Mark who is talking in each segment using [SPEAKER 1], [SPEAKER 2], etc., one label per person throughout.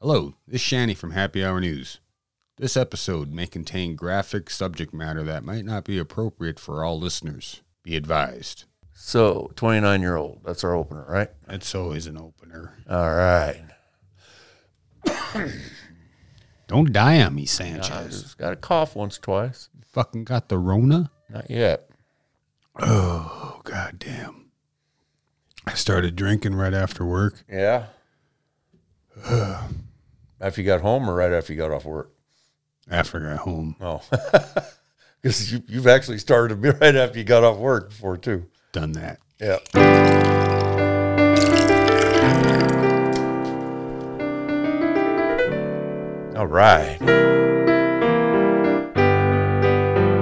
[SPEAKER 1] Hello, this is Shanny from Happy Hour News. This episode may contain graphic subject matter that might not be appropriate for all listeners. Be advised.
[SPEAKER 2] So, 29 year old. That's our opener, right?
[SPEAKER 1] That's always an opener.
[SPEAKER 2] All right.
[SPEAKER 1] Don't die on me,
[SPEAKER 2] I
[SPEAKER 1] Sanchez.
[SPEAKER 2] just got a cough once, twice.
[SPEAKER 1] Fucking got the Rona?
[SPEAKER 2] Not yet.
[SPEAKER 1] Oh, goddamn. I started drinking right after work.
[SPEAKER 2] Yeah. after you got home or right after you got off work?
[SPEAKER 1] After I got home.
[SPEAKER 2] Oh. Because you, you've actually started to be right after you got off work before, too.
[SPEAKER 1] Done that.
[SPEAKER 2] Yeah. All right.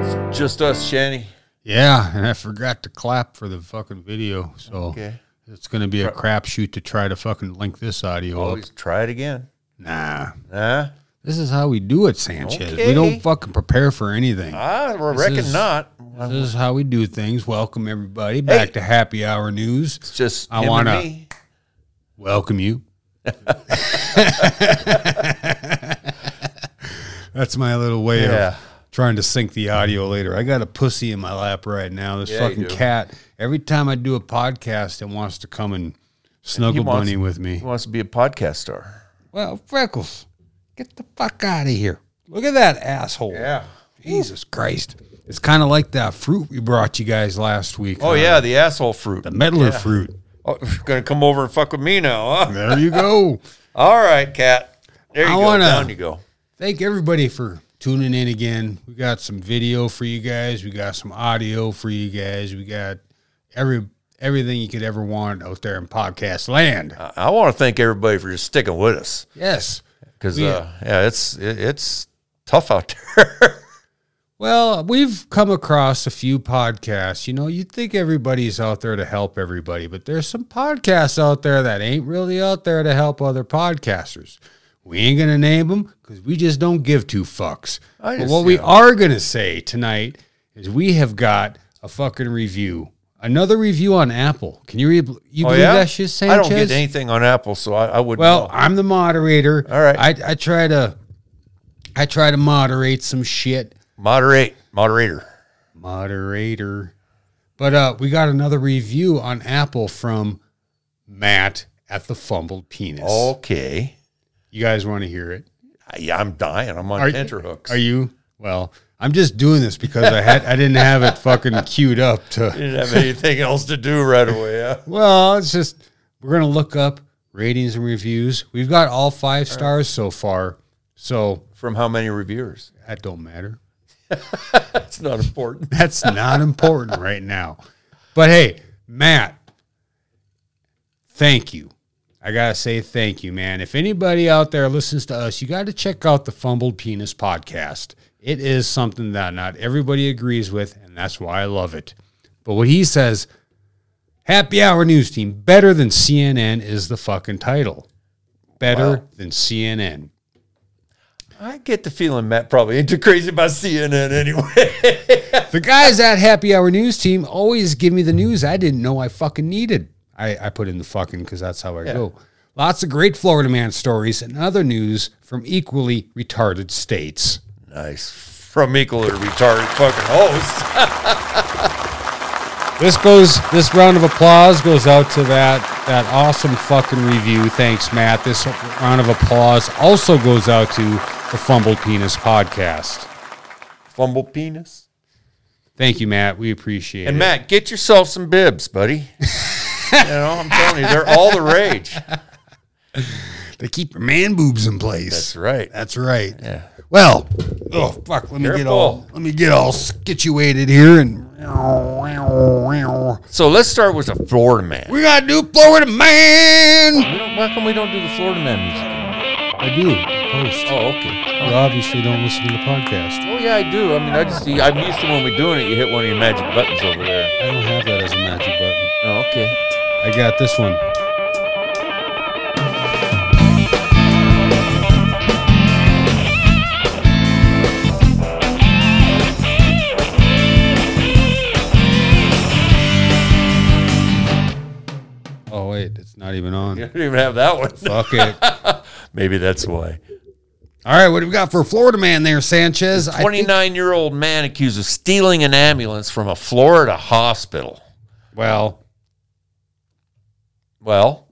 [SPEAKER 2] It's just us, Shanny.
[SPEAKER 1] Yeah, and I forgot to clap for the fucking video, so
[SPEAKER 2] Okay.
[SPEAKER 1] it's gonna be a crapshoot to try to fucking link this audio up.
[SPEAKER 2] Always try it again.
[SPEAKER 1] Nah.
[SPEAKER 2] Huh?
[SPEAKER 1] This is how we do it, Sanchez. We
[SPEAKER 2] Okay.
[SPEAKER 1] don't fucking prepare for anything.
[SPEAKER 2] I reckon
[SPEAKER 1] is-
[SPEAKER 2] not.
[SPEAKER 1] This is how we do things. Welcome everybody back to Happy Hour News.
[SPEAKER 2] It's just
[SPEAKER 1] I
[SPEAKER 2] him and
[SPEAKER 1] wanna-
[SPEAKER 2] me.
[SPEAKER 1] Welcome you. That's my little way
[SPEAKER 2] Yeah.
[SPEAKER 1] of trying to sync the audio later. I got a pussy in my lap right now. This
[SPEAKER 2] Yeah, you
[SPEAKER 1] fucking
[SPEAKER 2] do.
[SPEAKER 1] cat. Every time I do a podcast, it wants to come and
[SPEAKER 2] He
[SPEAKER 1] snuggle
[SPEAKER 2] wants-
[SPEAKER 1] bunny with me.
[SPEAKER 2] He wants to be a podcast star.
[SPEAKER 1] Well, Freckles, get the fuck out of here. Look at that asshole.
[SPEAKER 2] Yeah.
[SPEAKER 1] Jesus Christ. It's kind of like that fruit we brought you guys last week.
[SPEAKER 2] Oh
[SPEAKER 1] huh?
[SPEAKER 2] yeah, the asshole fruit.
[SPEAKER 1] The meddler fruit.
[SPEAKER 2] Oh, you're gonna come over and fuck with me now, huh?
[SPEAKER 1] There you go.
[SPEAKER 2] All right, cat. There you
[SPEAKER 1] I
[SPEAKER 2] go.
[SPEAKER 1] wanna-
[SPEAKER 2] Down you go.
[SPEAKER 1] Thank everybody for tuning in again. We got some video for you guys. We got some audio for you guys. We got every everything you could ever want out there in podcast land.
[SPEAKER 2] I, I want to thank everybody for just sticking with us
[SPEAKER 1] Yes.
[SPEAKER 2] because
[SPEAKER 1] We-
[SPEAKER 2] uh, yeah, it's it, it's tough out there.
[SPEAKER 1] Well, we've come across a few podcasts. You know, you'd think everybody's out there to help everybody, but there's some podcasts out there that ain't really out there to help other podcasters. We ain't going to name them because we just don't give two fucks.
[SPEAKER 2] I
[SPEAKER 1] But
[SPEAKER 2] just-
[SPEAKER 1] what we
[SPEAKER 2] yeah.
[SPEAKER 1] are going to say tonight is we have got a fucking review. Another review on Apple. Can you, re- you believe
[SPEAKER 2] Oh, yeah?
[SPEAKER 1] that shit,
[SPEAKER 2] I
[SPEAKER 1] Sanchez?
[SPEAKER 2] don't get anything on Apple, so I, I would.
[SPEAKER 1] Well, I'm the moderator.
[SPEAKER 2] All right.
[SPEAKER 1] I, I try to I try to moderate some shit
[SPEAKER 2] moderate moderator.
[SPEAKER 1] moderator. But uh, we got another review on Apple from Matt at the Fumbled Penis.
[SPEAKER 2] Oh. Okay,
[SPEAKER 1] You guys want to hear it?
[SPEAKER 2] I, I'm dying. I'm on
[SPEAKER 1] Are-
[SPEAKER 2] tenterhooks.
[SPEAKER 1] Are you? Well, I'm just doing this because I had I didn't have it fucking queued up to.
[SPEAKER 2] didn't have anything else to do right away. Yeah.
[SPEAKER 1] Well, it's just we're gonna look up ratings and reviews. We've got all five stars so far, so
[SPEAKER 2] From how many reviewers?
[SPEAKER 1] that don't matter.
[SPEAKER 2] That's not important.
[SPEAKER 1] That's not important right now. But hey, Matt, thank you. I got to say thank you, man. If anybody out there listens to us, you got to check out the Fumbled Penis podcast. It is something that not everybody agrees with, and that's why I love it. But what he says, Happy Hour News Team, better than CNN is the fucking title. Better
[SPEAKER 2] Wow.
[SPEAKER 1] than CNN.
[SPEAKER 2] I get the feeling Matt probably ain't too crazy about CNN anyway.
[SPEAKER 1] The guys at Happy Hour News team always give me the news I didn't know I fucking needed. I, I put in the fucking because that's how I go. Lots of great Florida man stories and other news from equally retarded states.
[SPEAKER 2] nice. From equal to retarded fucking host.
[SPEAKER 1] This goes. This round of applause goes out to that that awesome fucking review. Thanks, Matt. This round of applause also goes out to the Fumbled Penis podcast.
[SPEAKER 2] Fumble penis.
[SPEAKER 1] Thank you, Matt. We appreciate
[SPEAKER 2] And
[SPEAKER 1] it.
[SPEAKER 2] Matt, get yourself some bibs, buddy. you know, I'm telling you, they're all the rage.
[SPEAKER 1] they keep your man boobs in place.
[SPEAKER 2] That's right.
[SPEAKER 1] That's right.
[SPEAKER 2] Yeah.
[SPEAKER 1] Well, oh fuck, let me get
[SPEAKER 2] Careful.
[SPEAKER 1] all let me get all situated here and
[SPEAKER 2] So let's start with the Florida man.
[SPEAKER 1] we gotta do Florida man.
[SPEAKER 2] We don't- Why come we don't do the Florida man music?
[SPEAKER 1] I do post.
[SPEAKER 2] Oh, okay.
[SPEAKER 1] You obviously don't listen to the podcast.
[SPEAKER 2] Oh yeah, I do. I mean, I just I'm used to when we're doing it. You hit one of your magic buttons over there.
[SPEAKER 1] I don't have that as a magic button.
[SPEAKER 2] Oh, okay.
[SPEAKER 1] I got this one. Oh wait, it's not even on. Oh,
[SPEAKER 2] You don't even have that one.
[SPEAKER 1] Fuck it.
[SPEAKER 2] Maybe that's why.
[SPEAKER 1] All right, what do we got for Florida man there, Sanchez? I think-
[SPEAKER 2] 29 year old man accused of stealing an ambulance from a Florida hospital.
[SPEAKER 1] well,
[SPEAKER 2] Well,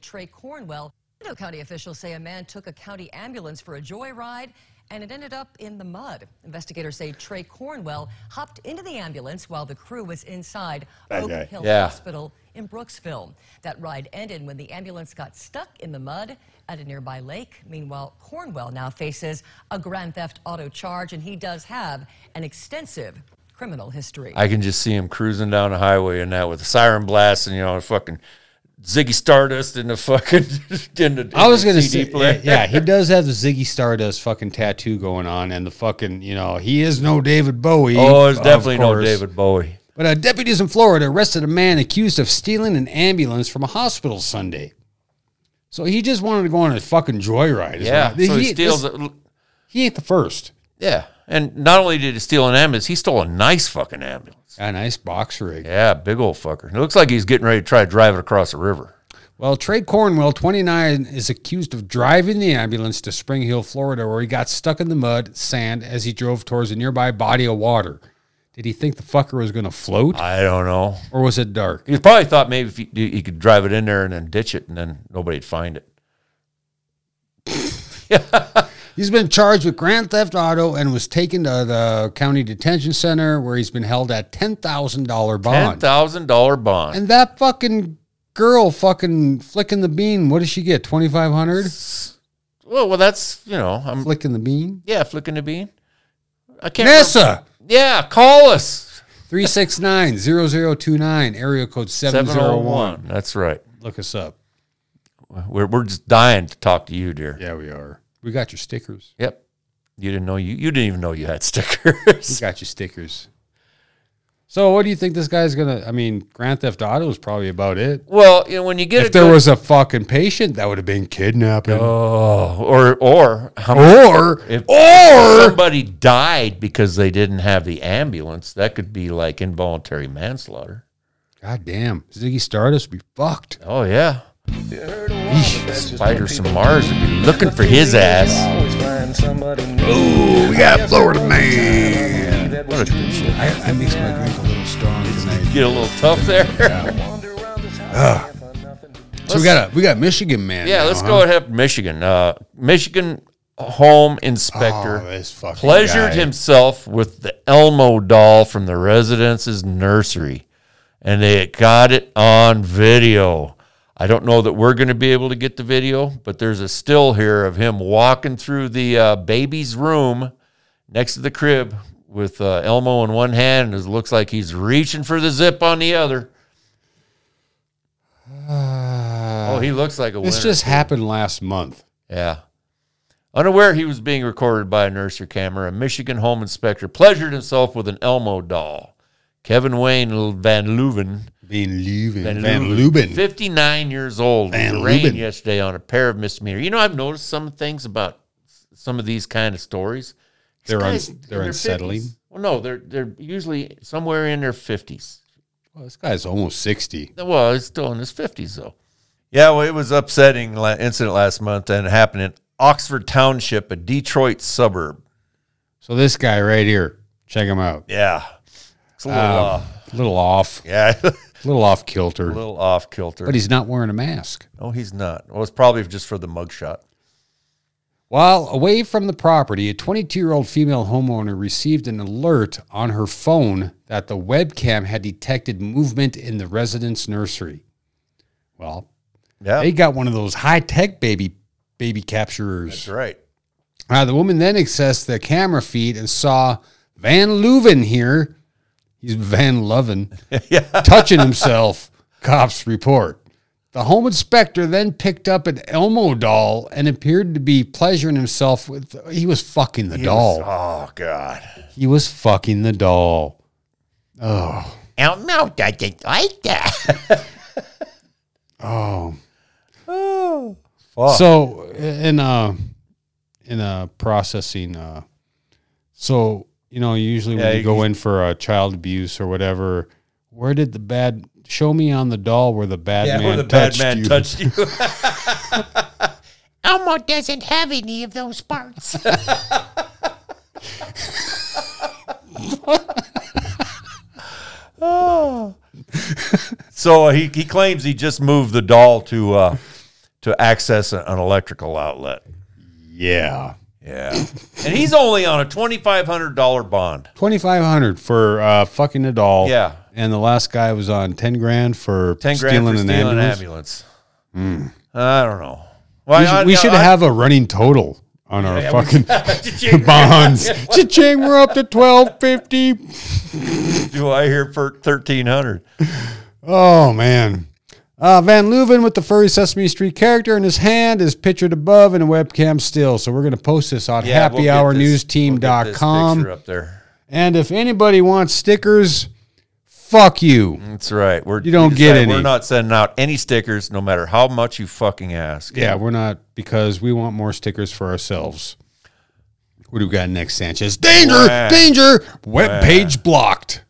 [SPEAKER 3] Trey Cornwell. Orlando County officials say a man took a county ambulance for a joyride and it ended up in the mud. Investigators say Trey Cornwell hopped into the ambulance while the crew was inside Oak
[SPEAKER 1] guy.
[SPEAKER 3] Hill
[SPEAKER 2] Yeah.
[SPEAKER 3] Hospital in Brooksville. That ride ended when the ambulance got stuck in the mud at a nearby lake. Meanwhile, Cornwell now faces a grand theft auto charge and he does have an extensive criminal history.
[SPEAKER 2] I can just see him cruising down the highway and that with a siren blast and, you know, fucking Ziggy Stardust in the fucking. in the,
[SPEAKER 1] I was
[SPEAKER 2] in the
[SPEAKER 1] gonna
[SPEAKER 2] CD
[SPEAKER 1] say,
[SPEAKER 2] player.
[SPEAKER 1] yeah, he does have the Ziggy Stardust fucking tattoo going on, and the fucking, you know, he is no David Bowie.
[SPEAKER 2] Oh, it's
[SPEAKER 1] of
[SPEAKER 2] definitely no
[SPEAKER 1] course.
[SPEAKER 2] David Bowie.
[SPEAKER 1] But uh, deputies in Florida arrested a man accused of stealing an ambulance from a hospital Sunday. So he just wanted to go on a fucking joyride. is
[SPEAKER 2] Yeah.
[SPEAKER 1] what-
[SPEAKER 2] so he steals.
[SPEAKER 1] this-
[SPEAKER 2] a-
[SPEAKER 1] he ain't the first.
[SPEAKER 2] yeah. And not only did he steal an ambulance, he stole a nice fucking ambulance.
[SPEAKER 1] A nice box rig.
[SPEAKER 2] Yeah, big old fucker. It looks like he's getting ready to try to drive it across the river.
[SPEAKER 1] Well, Trey Cornwell, 29, is accused of driving the ambulance to Spring Hill, Florida, where he got stuck in the mud, sand, as he drove towards a nearby body of water. Did he think the fucker was going to float,
[SPEAKER 2] I don't know.
[SPEAKER 1] or was it dark?
[SPEAKER 2] He probably thought maybe if he, he could drive it in there and then ditch it, and then nobody'd find it.
[SPEAKER 1] He's been charged with grand theft auto and was taken to the county detention center, where he's been held at $10,000
[SPEAKER 2] Ten
[SPEAKER 1] bond.
[SPEAKER 2] thousand dollar bond.
[SPEAKER 1] and that fucking girl fucking flicking the bean, what does she get, 2500
[SPEAKER 2] well, well, that's you know, I'm
[SPEAKER 1] Flicking the bean?
[SPEAKER 2] yeah, flicking the bean. I can't.
[SPEAKER 1] Nessa!
[SPEAKER 2] remember- Yeah, call us
[SPEAKER 1] 369-0029, area code
[SPEAKER 2] seven zero
[SPEAKER 1] 701.
[SPEAKER 2] one. That's right.
[SPEAKER 1] Look us up.
[SPEAKER 2] We're we're just dying to talk to you, dear.
[SPEAKER 1] Yeah, we are. We got your stickers.
[SPEAKER 2] Yep. You didn't know you you didn't even know you had stickers.
[SPEAKER 1] We got your stickers. So what do you think this guy's gonna I mean, Grand Theft Auto is probably about it.
[SPEAKER 2] Well, you know, when you get
[SPEAKER 1] If
[SPEAKER 2] a
[SPEAKER 1] there
[SPEAKER 2] good-
[SPEAKER 1] was a fucking patient, that would have been kidnapping.
[SPEAKER 2] oh, or or how
[SPEAKER 1] or
[SPEAKER 2] If-
[SPEAKER 1] or
[SPEAKER 2] somebody died because they didn't have the ambulance, that could be like involuntary manslaughter.
[SPEAKER 1] God damn, Ziggy Stardust be fucked.
[SPEAKER 2] Oh yeah,
[SPEAKER 1] Yeesh.
[SPEAKER 2] spiders from Mars would be looking for his ass.
[SPEAKER 4] Oh,
[SPEAKER 1] we got Florida man.
[SPEAKER 5] Ah.
[SPEAKER 2] What a good shit.
[SPEAKER 1] I, I mix my drink a little strong tonight.
[SPEAKER 2] Get a little tough there.
[SPEAKER 1] So we got a we got Michigan man.
[SPEAKER 2] yeah,
[SPEAKER 1] now,
[SPEAKER 2] let's
[SPEAKER 1] huh?
[SPEAKER 2] go ahead. with Michigan, uh, Michigan home inspector
[SPEAKER 1] Oh, this fucking
[SPEAKER 2] pleasured
[SPEAKER 1] guy.
[SPEAKER 2] himself with the Elmo doll from the residence's nursery, and they got it on video. I don't know that we're going to be able to get the video, but there's a still here of him walking through the uh, baby's room next to the crib with uh, Elmo in one hand, and it looks like he's reaching for the zip on the other. oh, he looks like a winner.
[SPEAKER 1] Ah, This just happened last month.
[SPEAKER 2] Yeah. Unaware he was being recorded by a nursery camera, a Michigan home inspector pleasured himself with an Elmo doll. Kevin Wayne Van Leuven,
[SPEAKER 1] Van Leuven. Van,
[SPEAKER 2] Leuven,
[SPEAKER 1] Leuven.
[SPEAKER 2] 59 years old,
[SPEAKER 1] Van
[SPEAKER 2] was arraigned
[SPEAKER 1] Leuven.
[SPEAKER 2] yesterday on a pair of misdemeanor. You know, I've noticed some things about s- some of these kind of stories. These
[SPEAKER 1] They're uns-
[SPEAKER 2] guys in
[SPEAKER 1] they're
[SPEAKER 2] their
[SPEAKER 1] unsettling.
[SPEAKER 2] 50s Well, no, they're they're usually somewhere in their 50s.
[SPEAKER 1] Well, this guy's almost 60.
[SPEAKER 2] Well, he's still in his fifties though. Yeah, well, it was upsetting la- incident last month, and it happened in Oxford Township, a Detroit suburb.
[SPEAKER 1] So this guy right here, check him out.
[SPEAKER 2] Yeah, it's a little
[SPEAKER 1] Um,
[SPEAKER 2] off.
[SPEAKER 1] a little off,
[SPEAKER 2] Yeah, a
[SPEAKER 1] a little off kilter.
[SPEAKER 2] little off kilter.
[SPEAKER 1] But he's not wearing a mask.
[SPEAKER 2] no, he's not. Well, it's probably just for the mugshot.
[SPEAKER 1] While away from the property, a 22 year old female homeowner received an alert on her phone that the webcam had detected movement in the residence nursery. Well,
[SPEAKER 2] Yeah,
[SPEAKER 1] they got one of those high tech baby baby capturers.
[SPEAKER 2] that's right.
[SPEAKER 1] Uh, the woman then accessed the camera feed and saw Van Leuven here. He's Van Leuven touching himself. Cops report. The home inspector then picked up an Elmo doll and appeared to be pleasuring himself with. He was fucking the doll.
[SPEAKER 2] Oh God.
[SPEAKER 1] he was fucking the doll.
[SPEAKER 2] Elmo doesn't like that.
[SPEAKER 1] Oh,
[SPEAKER 2] Fuck.
[SPEAKER 1] so in uh in uh processing uh so you know usually
[SPEAKER 2] Yeah,
[SPEAKER 1] when you
[SPEAKER 2] you-
[SPEAKER 1] go in for uh, child abuse or whatever where did the bad show me on the doll where the bad
[SPEAKER 2] yeah,
[SPEAKER 1] man
[SPEAKER 2] when the bad
[SPEAKER 1] touched
[SPEAKER 2] man
[SPEAKER 1] you.
[SPEAKER 2] touched you.
[SPEAKER 6] Elmo doesn't have any of those parts.
[SPEAKER 2] So uh, he, he claims he just moved the doll to uh, to access an electrical outlet.
[SPEAKER 1] Yeah.
[SPEAKER 2] Yeah, and he's only on a twenty five hundred dollar bond.
[SPEAKER 1] 2500 for uh, fucking a doll.
[SPEAKER 2] Yeah.
[SPEAKER 1] And the last guy was on 10 grand for
[SPEAKER 2] Ten grand
[SPEAKER 1] stealing,
[SPEAKER 2] for
[SPEAKER 1] an,
[SPEAKER 2] stealing an
[SPEAKER 1] ambulance.
[SPEAKER 2] ambulance. Hmm. I don't know. Well,
[SPEAKER 1] We should, we should have a running total on our fucking bonds. Cha-ching, we're up to 1250.
[SPEAKER 2] Do I hear for thirteen hundred?
[SPEAKER 1] Oh man. Uh, Van Leuven with the furry Sesame Street character in his hand is pictured above in a webcam still. So we're going to post this on happyhournewsteam.com.
[SPEAKER 2] up there.
[SPEAKER 1] and if anybody wants stickers, fuck you.
[SPEAKER 2] That's right. We're
[SPEAKER 1] You don't
[SPEAKER 2] we
[SPEAKER 1] get
[SPEAKER 2] decided
[SPEAKER 1] any.
[SPEAKER 2] We're not sending out any stickers, no matter how much you fucking ask.
[SPEAKER 1] Yeah, we're not because we want more stickers for ourselves. What do we got next, Sanchez? Danger!
[SPEAKER 2] Wah.
[SPEAKER 1] Danger! Web page blocked.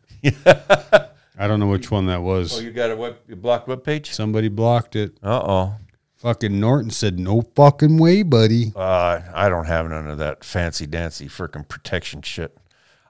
[SPEAKER 1] I don't know which one that was.
[SPEAKER 2] Oh, you got a web you blocked web page?
[SPEAKER 1] Somebody blocked it.
[SPEAKER 2] Uh oh.
[SPEAKER 1] Fucking Norton said, "No fucking way, buddy."
[SPEAKER 2] Uh, I don't have none of that fancy dancy freaking protection shit.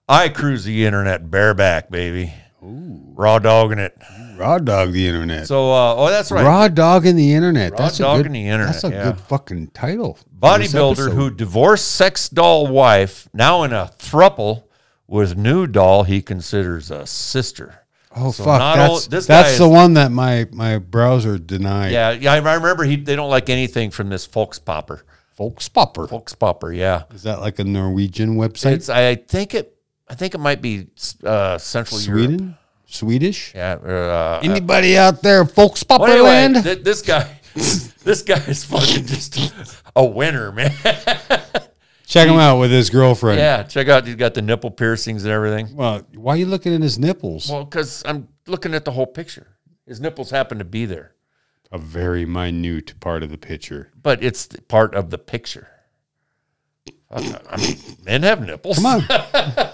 [SPEAKER 2] I cruise the internet bareback, baby. Raw dogging it.
[SPEAKER 1] Raw dog the internet.
[SPEAKER 2] So, uh, oh, that's right.
[SPEAKER 1] Raw dog in the internet. that's
[SPEAKER 2] dog
[SPEAKER 1] a good,
[SPEAKER 2] in the internet,
[SPEAKER 1] That's a
[SPEAKER 2] yeah.
[SPEAKER 1] good fucking title. for this
[SPEAKER 2] Bodybuilder
[SPEAKER 1] episode.
[SPEAKER 2] who divorced sex doll wife, now in a thruple with new doll he considers a sister.
[SPEAKER 1] Oh
[SPEAKER 2] So
[SPEAKER 1] fuck!
[SPEAKER 2] not
[SPEAKER 1] That's,
[SPEAKER 2] all- this guy
[SPEAKER 1] that's
[SPEAKER 2] is-
[SPEAKER 1] the one that my my browser denied.
[SPEAKER 2] Yeah, yeah, I remember he, they don't like anything from this folks popper.
[SPEAKER 1] Volkspopper.
[SPEAKER 2] Folks popper, yeah.
[SPEAKER 1] Is that like a Norwegian website?
[SPEAKER 2] It's I think it I think it might be uh, Central
[SPEAKER 1] Sweden,
[SPEAKER 2] Europe.
[SPEAKER 1] Swedish.
[SPEAKER 2] Yeah, or, uh,
[SPEAKER 1] Anybody out there, folks,
[SPEAKER 2] Well, anyway,
[SPEAKER 1] Popperland?
[SPEAKER 2] th- this guy, this guy is fucking just a winner, man.
[SPEAKER 1] Check him out with his girlfriend.
[SPEAKER 2] yeah, check out. He's got the nipple piercings and everything.
[SPEAKER 1] Well, why are you looking at his nipples?
[SPEAKER 2] Well, because I'm looking at the whole picture. His nipples happen to be there,
[SPEAKER 1] a very minute part of the picture.
[SPEAKER 2] but it's th- part of the picture. Uh, I mean, men have nipples.
[SPEAKER 1] Come on.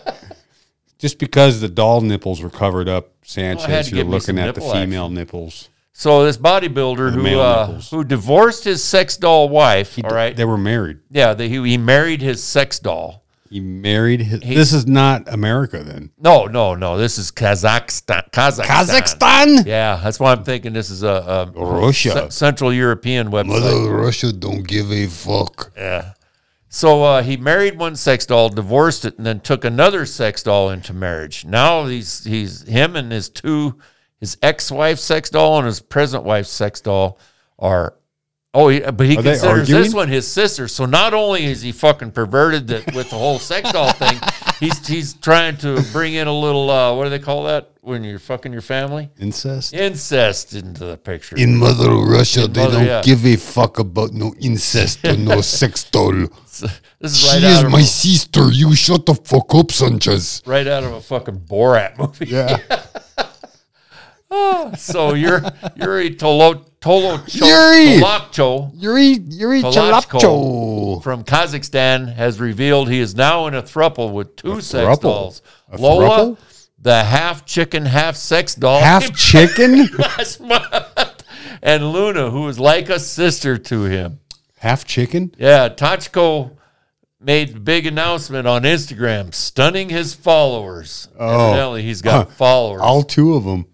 [SPEAKER 1] Just because the doll nipples were covered up,
[SPEAKER 2] Well, I had
[SPEAKER 1] Sanchez,
[SPEAKER 2] to
[SPEAKER 1] you're
[SPEAKER 2] get me some
[SPEAKER 1] looking at the
[SPEAKER 2] nipple
[SPEAKER 1] female nipples.
[SPEAKER 2] So this bodybuilder who
[SPEAKER 1] male
[SPEAKER 2] uh,
[SPEAKER 1] nipples.
[SPEAKER 2] who divorced his sex doll wife. all right,
[SPEAKER 1] They were married.
[SPEAKER 2] yeah, they, he, he married his sex doll.
[SPEAKER 1] He married his. this is not America then.
[SPEAKER 2] No, no, no. This is Kazakhstan. Kazakhstan.
[SPEAKER 1] Kazakhstan?
[SPEAKER 2] Yeah, that's why I'm thinking this is a, a
[SPEAKER 1] Russia.
[SPEAKER 2] C- Central European website.
[SPEAKER 1] Mother Russia don't give a fuck.
[SPEAKER 2] So uh, he married one sex doll, divorced it, and then took another sex doll into marriage. Now he's he's him and his two his ex wife's sex doll and his present wife's sex doll are. Oh, he, but he
[SPEAKER 1] Are they
[SPEAKER 2] considers
[SPEAKER 1] arguing?
[SPEAKER 2] this one his sister. So not only is he fucking perverted that with the whole sex doll thing, he's he's trying to bring in a little uh, what do they call that when you're fucking your family
[SPEAKER 1] Incest?
[SPEAKER 2] incest into the picture.
[SPEAKER 1] In Mother Russia, they
[SPEAKER 2] Mother,
[SPEAKER 1] don't
[SPEAKER 2] yeah.
[SPEAKER 1] give a fuck about no incest or no sex doll.
[SPEAKER 2] this is right
[SPEAKER 7] She
[SPEAKER 2] out
[SPEAKER 7] is
[SPEAKER 2] of
[SPEAKER 7] my
[SPEAKER 2] a-
[SPEAKER 7] sister. You shut the fuck up, Sanchez.
[SPEAKER 2] right out of a fucking Borat movie.
[SPEAKER 1] Yeah.
[SPEAKER 2] So you're Yuri Tolo Tolo
[SPEAKER 1] Yuri!
[SPEAKER 2] Tolokcho
[SPEAKER 1] Yuri, Yuri Chalapcho.
[SPEAKER 2] from Kazakhstan has revealed he is now in a thruple with two sex
[SPEAKER 1] thruple?
[SPEAKER 2] dolls.
[SPEAKER 1] A
[SPEAKER 2] Lola,
[SPEAKER 1] thruple?
[SPEAKER 2] the half chicken, half sex doll,
[SPEAKER 1] Half chicken?
[SPEAKER 2] last month, and Luna, who is like a sister to him.
[SPEAKER 1] Half chicken?
[SPEAKER 2] Yeah, Tachko made the big announcement on Instagram, stunning his followers. Oh. Evidently, he's got followers.
[SPEAKER 1] All two of them.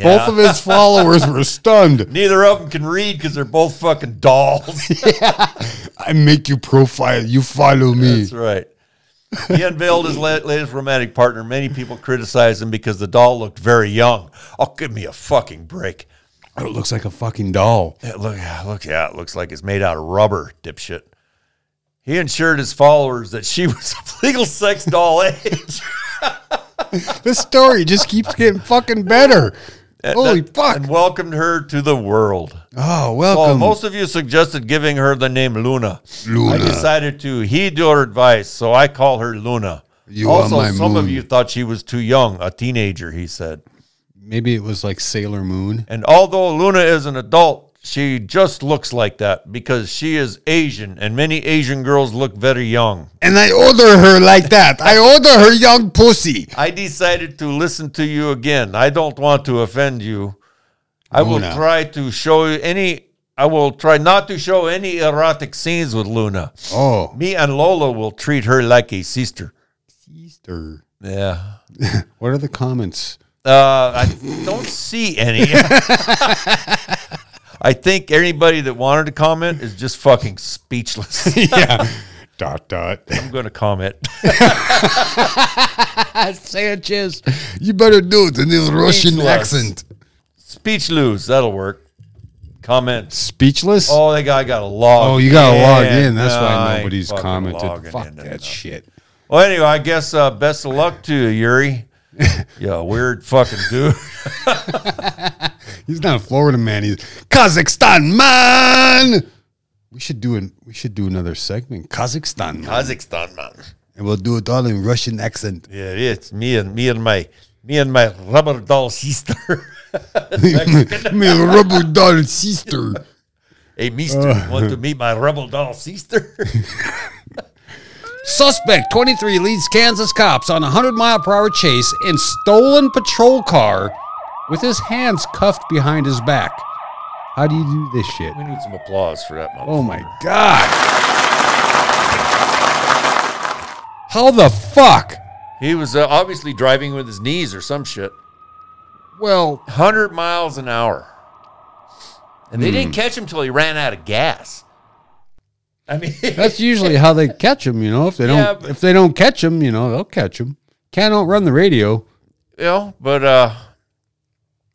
[SPEAKER 1] Both of his followers were stunned.
[SPEAKER 2] Neither of them can read because they're both fucking dolls.
[SPEAKER 1] I make you profile. You follow me.
[SPEAKER 7] Mm.
[SPEAKER 2] That's right. He unveiled his la- latest romantic partner. Many people criticized him because the doll looked very young. Oh, give me a fucking break.
[SPEAKER 1] Oh, it looks like a fucking doll.
[SPEAKER 2] Yeah, look, yeah, look, yeah, it looks like it's made out of rubber, dipshit. He assured his followers that she was of legal sex doll age.
[SPEAKER 1] This story just keeps getting fucking better. Holy fuck.
[SPEAKER 2] And welcomed her to the world.
[SPEAKER 1] Oh,
[SPEAKER 2] Well,
[SPEAKER 1] welcome.
[SPEAKER 2] most of you suggested giving her the name Luna. I
[SPEAKER 7] Um. Luna.
[SPEAKER 2] decided to heed your advice, so I call her Luna.
[SPEAKER 7] You are
[SPEAKER 2] also,
[SPEAKER 7] my
[SPEAKER 2] some of
[SPEAKER 7] moon.
[SPEAKER 2] you thought she was too young, a teenager, he said.
[SPEAKER 1] Maybe it was like Sailor Moon.
[SPEAKER 2] And although Luna is an adult, she just looks like that because she is Asian, and many Asian girls look very young.
[SPEAKER 7] And I order her like that. I order her young pussy.
[SPEAKER 2] I decided to listen to you again. I don't want to offend you. I will
[SPEAKER 1] Luna.
[SPEAKER 2] try to show you any I will try not to show any erotic scenes with Luna.
[SPEAKER 7] Oh,
[SPEAKER 2] Me and Lola will treat her like a sister.
[SPEAKER 7] Easter.
[SPEAKER 2] Yeah.
[SPEAKER 7] What are the comments?
[SPEAKER 2] Uh, I don't see any. I think anybody that wanted to comment is just fucking speechless.
[SPEAKER 7] yeah. Dot dot.
[SPEAKER 2] I'm going to comment.
[SPEAKER 7] Sanchez, you better do it in this Russian
[SPEAKER 2] Speechless.
[SPEAKER 7] accent.
[SPEAKER 2] Speech lose. That'll work. Comment.
[SPEAKER 7] Speechless. Oh,
[SPEAKER 2] Oh, that guy got a log.
[SPEAKER 7] you gotta log in. That's
[SPEAKER 2] I
[SPEAKER 7] why
[SPEAKER 2] ain't
[SPEAKER 7] nobody's
[SPEAKER 2] fucking
[SPEAKER 7] commented.
[SPEAKER 2] logging
[SPEAKER 7] Fuck
[SPEAKER 2] in
[SPEAKER 7] that
[SPEAKER 2] enough.
[SPEAKER 7] shit.
[SPEAKER 2] Well, anyway, I guess uh, best of luck to you, Yuri. yeah, weird fucking dude.
[SPEAKER 7] He's not a Florida man. He's Kazakhstan man. We should do an, We should do another segment. Kazakhstan man,
[SPEAKER 2] Kazakhstan man.
[SPEAKER 7] and we'll do it all in Russian accent.
[SPEAKER 2] Yeah, it's me and me and my me and my rubber doll sister.
[SPEAKER 7] Me rubber doll sister.
[SPEAKER 2] hey, mister, you want to meet my rubber doll sister?
[SPEAKER 1] Suspect 23 leads Kansas cops on a 100 mile per hour chase in stolen patrol car with his hands cuffed behind his back.
[SPEAKER 7] How do you do this shit?
[SPEAKER 2] we need some applause for that. motherfucker.
[SPEAKER 7] Oh my god!
[SPEAKER 1] How the fuck?
[SPEAKER 2] He was uh, obviously driving with his knees or some shit.
[SPEAKER 1] Well,
[SPEAKER 2] 100 miles an hour. And they didn't
[SPEAKER 1] Hmm.
[SPEAKER 2] catch him till he ran out of gas. I mean,
[SPEAKER 1] that's usually how they catch them, you know. If they don't,
[SPEAKER 2] Yeah, but-
[SPEAKER 1] if they don't catch them, you know, they'll catch them. Can't outrun the radio.
[SPEAKER 2] you know, but uh,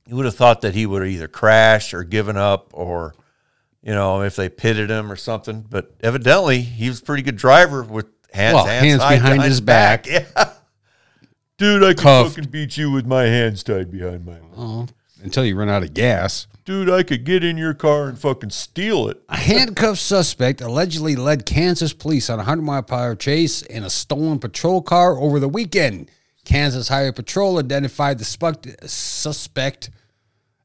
[SPEAKER 2] you would have thought that he would have either crashed or given up or, you know, if they pitted him or something. But evidently, he was a pretty good driver with hands,
[SPEAKER 1] Well,
[SPEAKER 2] hands,
[SPEAKER 1] hands
[SPEAKER 2] tied
[SPEAKER 1] behind his back.
[SPEAKER 2] Yeah. Dude, I could
[SPEAKER 1] Cuffed.
[SPEAKER 2] fucking beat you with my hands tied behind my back.
[SPEAKER 1] Oh, until you run out of gas.
[SPEAKER 2] Dude, I could get in your car and fucking steal it.
[SPEAKER 1] A handcuffed suspect allegedly led Kansas police on a 100 mile per hour chase in a stolen patrol car over the weekend. Kansas Highway Patrol identified the spuck- suspect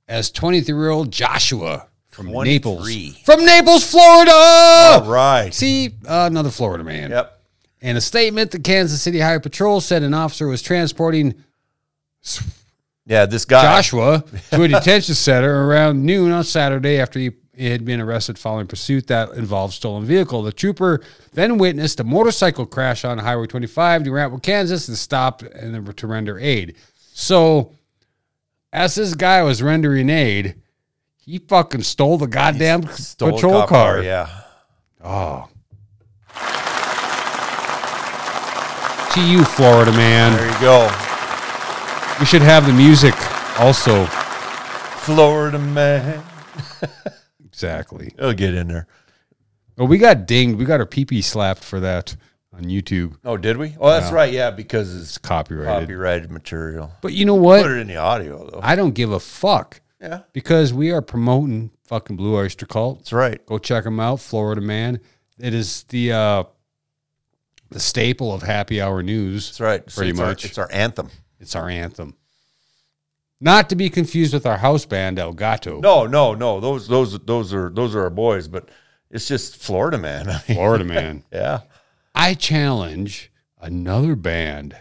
[SPEAKER 1] as 23 year old Joshua from
[SPEAKER 2] 23.
[SPEAKER 1] Naples. From Naples, Florida!
[SPEAKER 2] All right.
[SPEAKER 1] Oh. See, uh, another Florida man.
[SPEAKER 2] Oh. Yep.
[SPEAKER 1] In a statement, the Kansas City Highway Patrol said an officer was transporting
[SPEAKER 2] Yeah, this guy.
[SPEAKER 1] Joshua to a detention center around noon on Saturday after he had been arrested following pursuit that involved stolen vehicle. The trooper then witnessed a motorcycle crash on Highway 25 near Antwerp, Kansas, and stopped and then to render aid. So, as this guy was rendering aid, he fucking stole the goddamn
[SPEAKER 2] stole a
[SPEAKER 1] patrol
[SPEAKER 2] cop
[SPEAKER 1] car. Oh.
[SPEAKER 2] Yeah.
[SPEAKER 1] To you, Florida man.
[SPEAKER 2] There you go.
[SPEAKER 1] We should have the music also.
[SPEAKER 2] Florida man.
[SPEAKER 1] Exactly.
[SPEAKER 2] It'll get in there.
[SPEAKER 1] Oh, we got dinged. We got our pee pee slapped for that on YouTube.
[SPEAKER 2] Oh, did we? Oh, that's right. Yeah, because it's
[SPEAKER 1] Copyrighted.
[SPEAKER 2] copyrighted material.
[SPEAKER 1] But you know what?
[SPEAKER 2] Put it in the audio though.
[SPEAKER 1] I don't give a fuck
[SPEAKER 2] Yeah,
[SPEAKER 1] because we are promoting fucking Blue Oyster Cult.
[SPEAKER 2] that's right.
[SPEAKER 1] Go check them out, Florida Man. It is the uh, the staple of happy hour news.
[SPEAKER 2] That's right.
[SPEAKER 1] Pretty
[SPEAKER 2] it's
[SPEAKER 1] much.
[SPEAKER 2] Our, it's our anthem.
[SPEAKER 1] It's our anthem. Not to be confused with our house band El Gato.
[SPEAKER 2] No, no, no. Those, those, those are those are our boys. But it's just Florida man. I mean,
[SPEAKER 1] Florida Man.
[SPEAKER 2] yeah.
[SPEAKER 1] I challenge another band.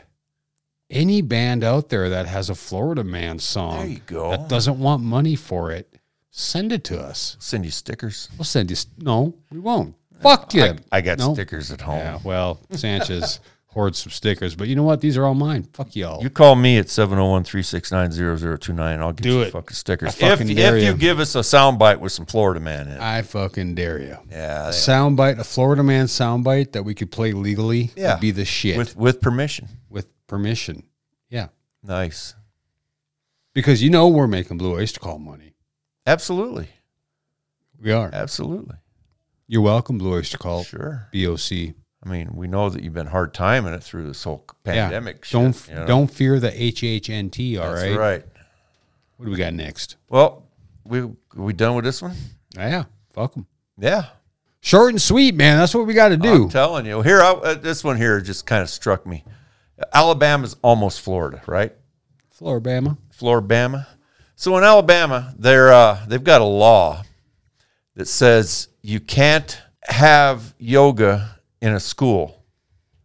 [SPEAKER 1] Any band out there that has a Florida Man song
[SPEAKER 2] There you go.
[SPEAKER 1] that doesn't want money for it, send it to us.
[SPEAKER 2] Send you stickers.
[SPEAKER 1] We'll send you. St- no, we won't. Fuck you.
[SPEAKER 2] I got
[SPEAKER 1] No.
[SPEAKER 2] stickers at home.
[SPEAKER 1] Yeah, well, Sanchez hoards some stickers, but you know what? These are all mine. Fuck y'all.
[SPEAKER 2] You call me at 701-369-0029. I'll get
[SPEAKER 1] Do
[SPEAKER 2] you
[SPEAKER 1] it.
[SPEAKER 2] fucking stickers.
[SPEAKER 1] I fucking
[SPEAKER 2] if
[SPEAKER 1] dare
[SPEAKER 2] if
[SPEAKER 1] you.
[SPEAKER 2] you give us a soundbite with some Florida man in it.
[SPEAKER 1] I fucking dare you. A
[SPEAKER 2] yeah. yeah.
[SPEAKER 1] soundbite, a Florida man soundbite that we could play legally
[SPEAKER 2] Yeah.
[SPEAKER 1] would be the shit
[SPEAKER 2] With
[SPEAKER 1] with,
[SPEAKER 2] with permission.
[SPEAKER 1] permission. Yeah.
[SPEAKER 2] Nice.
[SPEAKER 1] Because you know we're making Blue Oyster Call money.
[SPEAKER 2] Absolutely.
[SPEAKER 1] We are.
[SPEAKER 2] Absolutely.
[SPEAKER 1] You're welcome, Blue Oyster Call.
[SPEAKER 2] Sure.
[SPEAKER 1] BOC.
[SPEAKER 2] I mean, we know that you've been hard timing it through this whole pandemic.
[SPEAKER 1] yeah. Don't
[SPEAKER 2] shit, you know?
[SPEAKER 1] don't fear the HHNT, all
[SPEAKER 2] That's
[SPEAKER 1] right?
[SPEAKER 2] right.
[SPEAKER 1] What do we got next? Oh,
[SPEAKER 2] Well, we we done with this one?
[SPEAKER 1] Yeah. Fuck 'em.
[SPEAKER 2] Yeah.
[SPEAKER 1] Short and sweet, man. That's what we got to do.
[SPEAKER 2] I'm telling you. Here, I, uh, this one here just kind of struck me. Alabama's almost Florida, right?
[SPEAKER 1] Floribama.
[SPEAKER 2] Floribama. So in Alabama, they're uh, they've got a law that says you can't have yoga in a school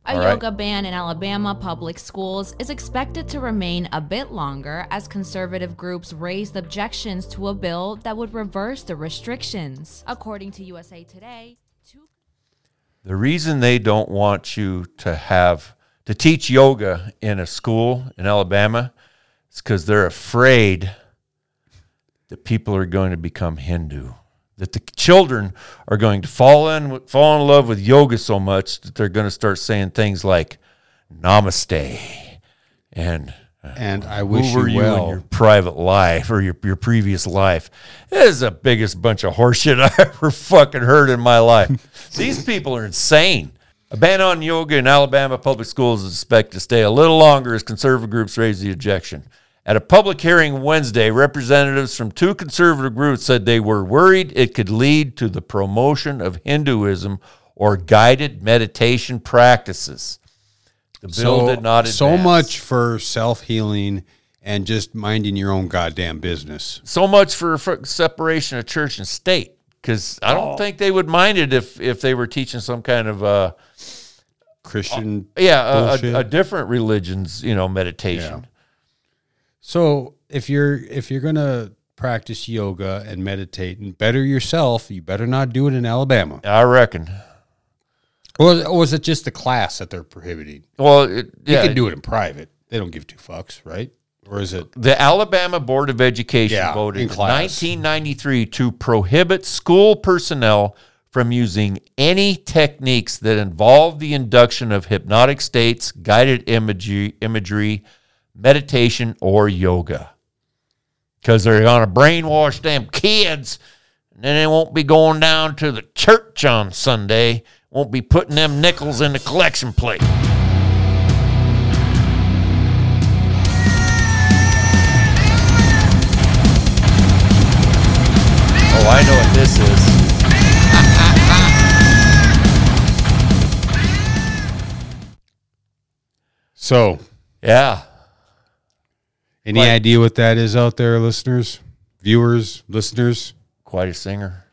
[SPEAKER 8] A
[SPEAKER 2] All right.
[SPEAKER 8] yoga ban in Alabama public schools is expected to remain a bit longer as conservative groups raised objections to a bill that would reverse the restrictions. According to USA Today, two
[SPEAKER 2] The reason they don't want you to have to teach yoga in a school in Alabama is because they're afraid that people are going to become Hindu, that the children are going to fall in fall in love with yoga so much that they're going to start saying things like "Namaste" and
[SPEAKER 1] And I wish
[SPEAKER 2] who were
[SPEAKER 1] you
[SPEAKER 2] you
[SPEAKER 1] well.
[SPEAKER 2] in your private life or your, your previous life? This is the biggest bunch of horseshit I ever fucking heard in my life. These people are insane. A ban on yoga in Alabama public schools is expected to stay a little longer as conservative groups raise the objection. At a public hearing Wednesday, representatives from two conservative groups said they were worried it could lead to the promotion of Hinduism or guided meditation practices. The bill did not advance.
[SPEAKER 1] so much for self healing and just minding your own goddamn business.
[SPEAKER 2] so much for, for separation of church and state because I don't think they would mind it if if they were teaching some kind of uh
[SPEAKER 1] Christian.
[SPEAKER 2] Oh, yeah a,
[SPEAKER 1] Bullshit.
[SPEAKER 2] a, a different religions you know meditation
[SPEAKER 1] So if you're if you're gonna practice yoga and meditate and better yourself, you better not do it in Alabama.
[SPEAKER 2] I reckon
[SPEAKER 1] Or, or is it just the class that they're prohibiting?
[SPEAKER 2] well it, yeah
[SPEAKER 1] You can do it in private. They don't give two fucks, right? Or is it
[SPEAKER 2] the Alabama Board of Education
[SPEAKER 1] Yeah,
[SPEAKER 2] voted in
[SPEAKER 1] in class.
[SPEAKER 2] 1993 to prohibit school personnel from using any techniques that involve the induction of hypnotic states, guided imagery, imagery meditation, or yoga. Because they're going to brainwash them kids, and then they won't be going down to the church on Sunday, won't be putting them nickels in the collection plate. Oh, I know what this is.
[SPEAKER 1] so?
[SPEAKER 2] Yeah.
[SPEAKER 1] Any idea what that is out there, listeners, viewers, listeners?
[SPEAKER 2] quite a singer.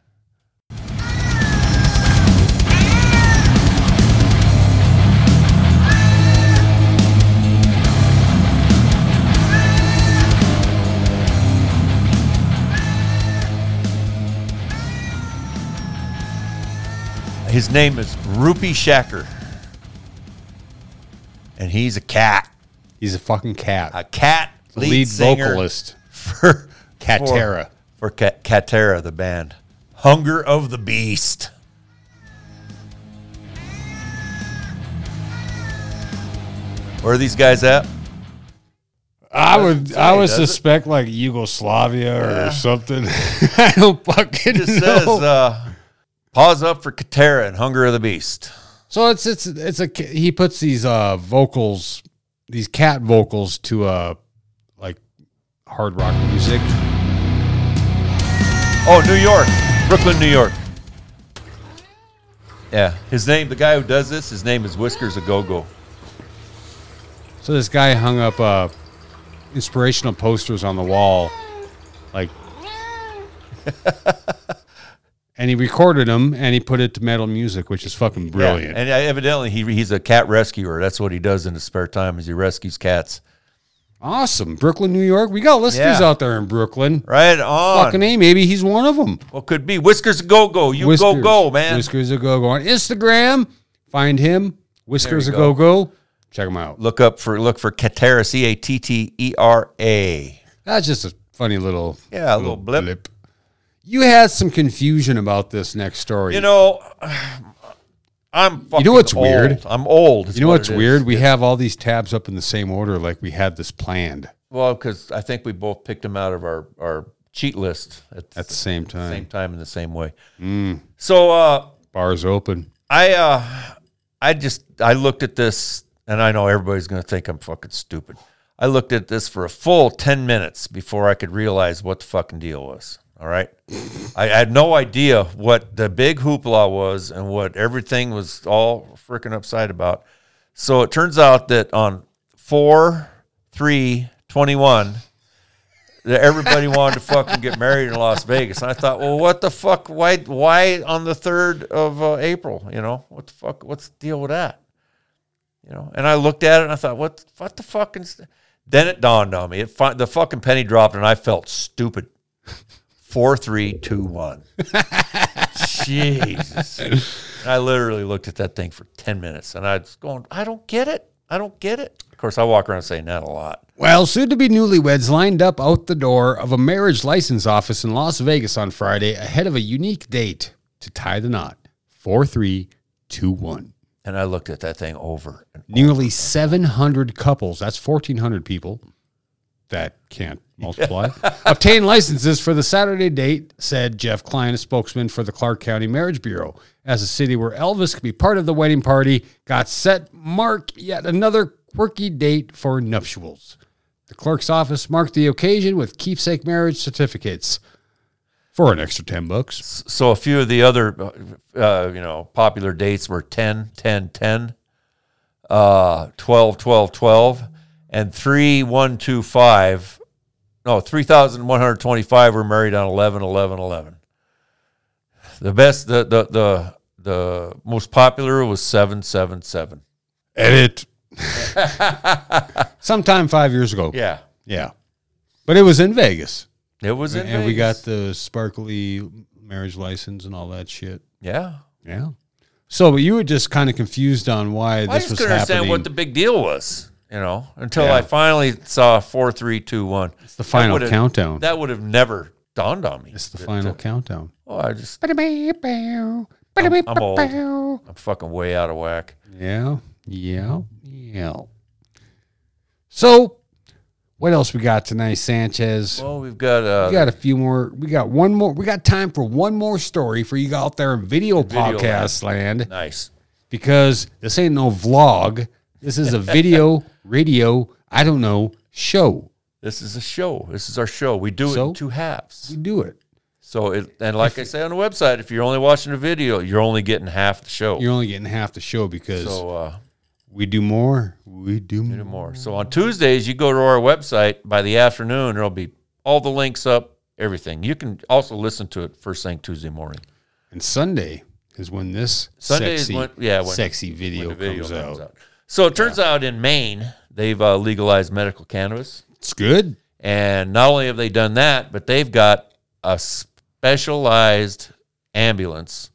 [SPEAKER 2] His name is Rupi Shacker. And he's a cat.
[SPEAKER 1] He's a fucking cat.
[SPEAKER 2] A cat lead,
[SPEAKER 1] Lead
[SPEAKER 2] singer
[SPEAKER 1] vocalist,
[SPEAKER 2] for
[SPEAKER 1] Catera.
[SPEAKER 2] for Ca- Catera, the band. Hunger of the Beast. Where are these guys at?
[SPEAKER 1] I would, I
[SPEAKER 2] say,
[SPEAKER 1] would
[SPEAKER 2] does it?
[SPEAKER 1] suspect like Yugoslavia or something. I don't fucking
[SPEAKER 2] It
[SPEAKER 1] know.
[SPEAKER 2] says, uh, pause up for Catera and Hunger of the Beast.
[SPEAKER 1] so it's it's it's a ca- he puts these uh vocals, these cat vocals to uh like hard rock music.
[SPEAKER 2] Oh, New York. Brooklyn, New York. Yeah. His name, the guy who does this, his name is Whiskers a Go Go.
[SPEAKER 1] So this guy hung up uh inspirational posters on the wall, like, and he recorded them and he put it to metal music, which is fucking brilliant.
[SPEAKER 2] And evidently, he, he's a cat rescuer. That's what he does in his spare time is he rescues cats.
[SPEAKER 1] Awesome, Brooklyn, New York. We got listeners
[SPEAKER 2] Yeah.
[SPEAKER 1] out there in Brooklyn.
[SPEAKER 2] Right on.
[SPEAKER 1] Fucking a, maybe he's one of them.
[SPEAKER 2] Well, could be Whiskers Go Go. You go go, man.
[SPEAKER 1] Whiskers a go go on Instagram. Find him. Whiskers a
[SPEAKER 2] There you
[SPEAKER 1] go go. Check him out.
[SPEAKER 2] Look up for look for Catera C A T T E R A.
[SPEAKER 1] That's just a funny little
[SPEAKER 2] Yeah, a
[SPEAKER 1] Oh,
[SPEAKER 2] little blip.
[SPEAKER 1] You had some confusion about this next story.
[SPEAKER 2] You know, Oh, I'm. Fucking
[SPEAKER 1] know what's
[SPEAKER 2] old.
[SPEAKER 1] weird?
[SPEAKER 2] I'm old. is
[SPEAKER 1] You know
[SPEAKER 2] what
[SPEAKER 1] what's
[SPEAKER 2] it is.
[SPEAKER 1] weird? We have all these tabs up in the same order, like we had this planned
[SPEAKER 2] Well, because I think we both picked them out of our our cheat list at the
[SPEAKER 1] at the same time. Mm.
[SPEAKER 2] same time in the same way. So uh,
[SPEAKER 1] Bars open.
[SPEAKER 2] I uh, I just I looked at this, and I know everybody's going to think I'm fucking stupid. I looked at this for a full ten minutes before I could realize what the fucking deal was. All right, I had no idea what the big hoopla was and what everything was all freaking upside about. So it turns out that on four three twenty one. That everybody wanted to fucking get married in Las Vegas, and I thought, well, what the fuck? Why? Why on the third of uh, April? You know, what the fuck? What's the deal with that? You know, and I looked at it and I thought, what, what the fucking? St-? Then it dawned on me. It fi- the fucking penny dropped and I felt stupid. Four, three, two, one. Jesus. And I literally looked at that thing for ten minutes and I was going, I don't get it. I don't get it. Of course, I walk around saying that a lot.
[SPEAKER 1] Well, soon to be newlyweds lined up out the door of a marriage license office in Las Vegas on Friday ahead of a unique date to tie the knot. 4321.
[SPEAKER 2] And I looked at that thing over. And
[SPEAKER 1] Nearly 700 couples, that's 1,400 people that can't multiply, obtain licenses for the Saturday date, said Jeff Klein, a spokesman for the Clark County Marriage Bureau. As a city where Elvis could be part of the wedding party, got set mark yet another quirky date for nuptials. The clerk's office marked the occasion with keepsake marriage certificates for an extra 10 bucks.
[SPEAKER 2] so a few of the other, uh, you know, popular dates were 10, 10, 10, uh, 12, 12, 12, and 3125. No, 3,125 were married on 11, 11, 11. The best, the, the, the, the most popular was 777.
[SPEAKER 1] Edit. Sometime five years ago.
[SPEAKER 2] Yeah.
[SPEAKER 1] Yeah. But it was in Vegas.
[SPEAKER 2] It was in
[SPEAKER 1] and we got
[SPEAKER 2] Vegas.
[SPEAKER 1] the sparkly marriage license and all that shit.
[SPEAKER 2] Yeah.
[SPEAKER 1] Yeah. So but you were just kind of confused on why
[SPEAKER 2] I
[SPEAKER 1] this
[SPEAKER 2] just
[SPEAKER 1] was
[SPEAKER 2] couldn't
[SPEAKER 1] happening.
[SPEAKER 2] understand what the big deal was, you know, until I finally saw four, three, two, one. It's
[SPEAKER 1] the final countdown.
[SPEAKER 2] That would have never dawned on me.
[SPEAKER 1] it's the
[SPEAKER 2] That-
[SPEAKER 1] final
[SPEAKER 2] that-
[SPEAKER 1] countdown.
[SPEAKER 2] Oh, I just
[SPEAKER 6] I'm,
[SPEAKER 2] I'm old. I'm fucking way out of whack.
[SPEAKER 1] Yeah. Yeah. Yeah. So what else we got tonight, Sanchez?
[SPEAKER 2] Well, we've got uh,
[SPEAKER 1] we got a few more. We got one more. We got time for one more story for you out there in video,
[SPEAKER 2] Video
[SPEAKER 1] podcast land.
[SPEAKER 2] nice.
[SPEAKER 1] because this ain't no vlog. This is a video, radio, I don't know, show.
[SPEAKER 2] This is a show. This is our show. We do it
[SPEAKER 1] So?
[SPEAKER 2] in two halves.
[SPEAKER 1] We do it.
[SPEAKER 2] So, it, and like I say on the website, if you're only watching a video, you're only getting half the show.
[SPEAKER 1] You're only getting half the show because
[SPEAKER 2] So, uh,
[SPEAKER 1] we do more. We do
[SPEAKER 2] do
[SPEAKER 1] more.
[SPEAKER 2] more. So on Tuesdays, you go to our website by the afternoon. There'll be all the links up, everything. You can also listen to it first thing Tuesday morning.
[SPEAKER 1] And Sunday is when this
[SPEAKER 2] Sunday
[SPEAKER 1] sexy,
[SPEAKER 2] is when, yeah, when,
[SPEAKER 1] sexy video,
[SPEAKER 2] when the video
[SPEAKER 1] comes, out.
[SPEAKER 2] So it turns out in Maine, they've uh, legalized medical cannabis,
[SPEAKER 1] It's good.
[SPEAKER 2] and not only have they done that, but they've got a specialized ambulance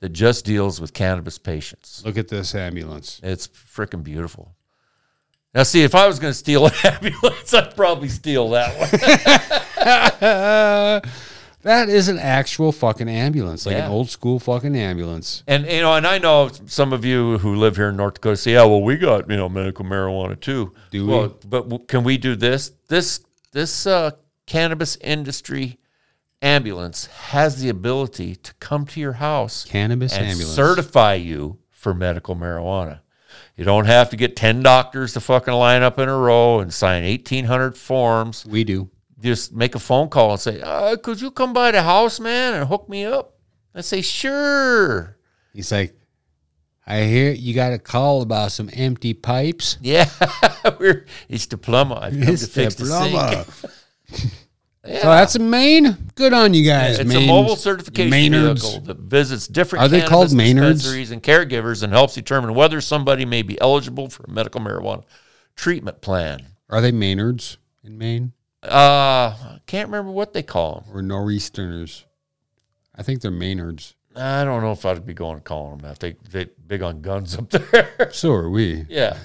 [SPEAKER 2] that just deals with cannabis patients.
[SPEAKER 1] Look at this ambulance.
[SPEAKER 2] It's freaking beautiful. Now, see, if I was going to steal an ambulance, I'd probably steal that one.
[SPEAKER 1] Uh, That is an actual fucking ambulance, like
[SPEAKER 2] Yeah.
[SPEAKER 1] an old school fucking ambulance.
[SPEAKER 2] and you know, and I know some of you who live here in North Dakota say, "Yeah, well, we got you know medical marijuana too."
[SPEAKER 1] Do
[SPEAKER 2] well,
[SPEAKER 1] we?
[SPEAKER 2] But w- can we do this? This this uh, cannabis industry ambulance has the ability to come to your house
[SPEAKER 1] Cannabis
[SPEAKER 2] and
[SPEAKER 1] ambulance.
[SPEAKER 2] certify you for medical marijuana. You don't have to get ten doctors to fucking line up in a row and sign eighteen hundred forms.
[SPEAKER 1] we do.
[SPEAKER 2] just make a phone call and say, uh, "Could you come by the house, man, and hook me up?" I say, "Sure."
[SPEAKER 1] He's like, I hear you got a call about some empty pipes.
[SPEAKER 2] Yeah, we're it's the plumber. I've come to
[SPEAKER 1] It's
[SPEAKER 2] fix the,
[SPEAKER 1] the
[SPEAKER 2] sink.
[SPEAKER 1] plumber. So that's a Maine. Good on you guys.
[SPEAKER 2] It's a
[SPEAKER 1] Maine's-
[SPEAKER 2] mobile certification
[SPEAKER 1] Maynards.
[SPEAKER 2] vehicle that visits different
[SPEAKER 1] Are they
[SPEAKER 2] cannabis
[SPEAKER 1] called Maynards?
[SPEAKER 2] dispensaries and caregivers and helps determine whether somebody may be eligible for a medical marijuana treatment plan.
[SPEAKER 1] Are they Maynards in Maine
[SPEAKER 2] Uh, I can't remember what they call them.
[SPEAKER 1] or Nor'easterners? I think they're Maynards.
[SPEAKER 2] I don't know if I'd be going to call them that. They they big on guns up there.
[SPEAKER 1] So are we.
[SPEAKER 2] yeah.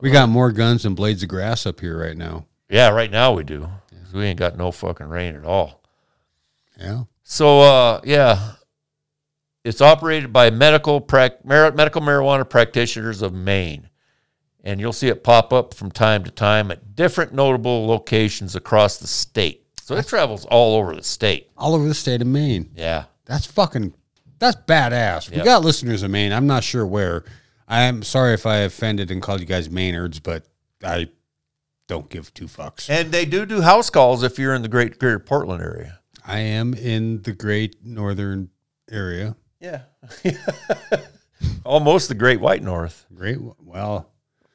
[SPEAKER 1] We got more guns and blades of grass up here right now.
[SPEAKER 2] Yeah, right now we do. 'Cause We ain't got no fucking rain at all.
[SPEAKER 1] Yeah.
[SPEAKER 2] So uh, yeah, it's operated by medical prac- mar- medical marijuana practitioners of Maine, and you'll see it pop up from time to time at different notable locations across the state. So it travels all over the state.
[SPEAKER 1] All over the state of Maine.
[SPEAKER 2] Yeah,
[SPEAKER 1] That's fucking, that's badass. We
[SPEAKER 2] Yep.
[SPEAKER 1] got listeners in Maine. I'm not sure where. I'm sorry if I offended and called you guys Maynards, but I don't give two fucks.
[SPEAKER 2] and they do do house calls if you're in the Great Greater Portland area.
[SPEAKER 1] I am in the great northern area.
[SPEAKER 2] Yeah, almost the Great White North.
[SPEAKER 1] Great. Well,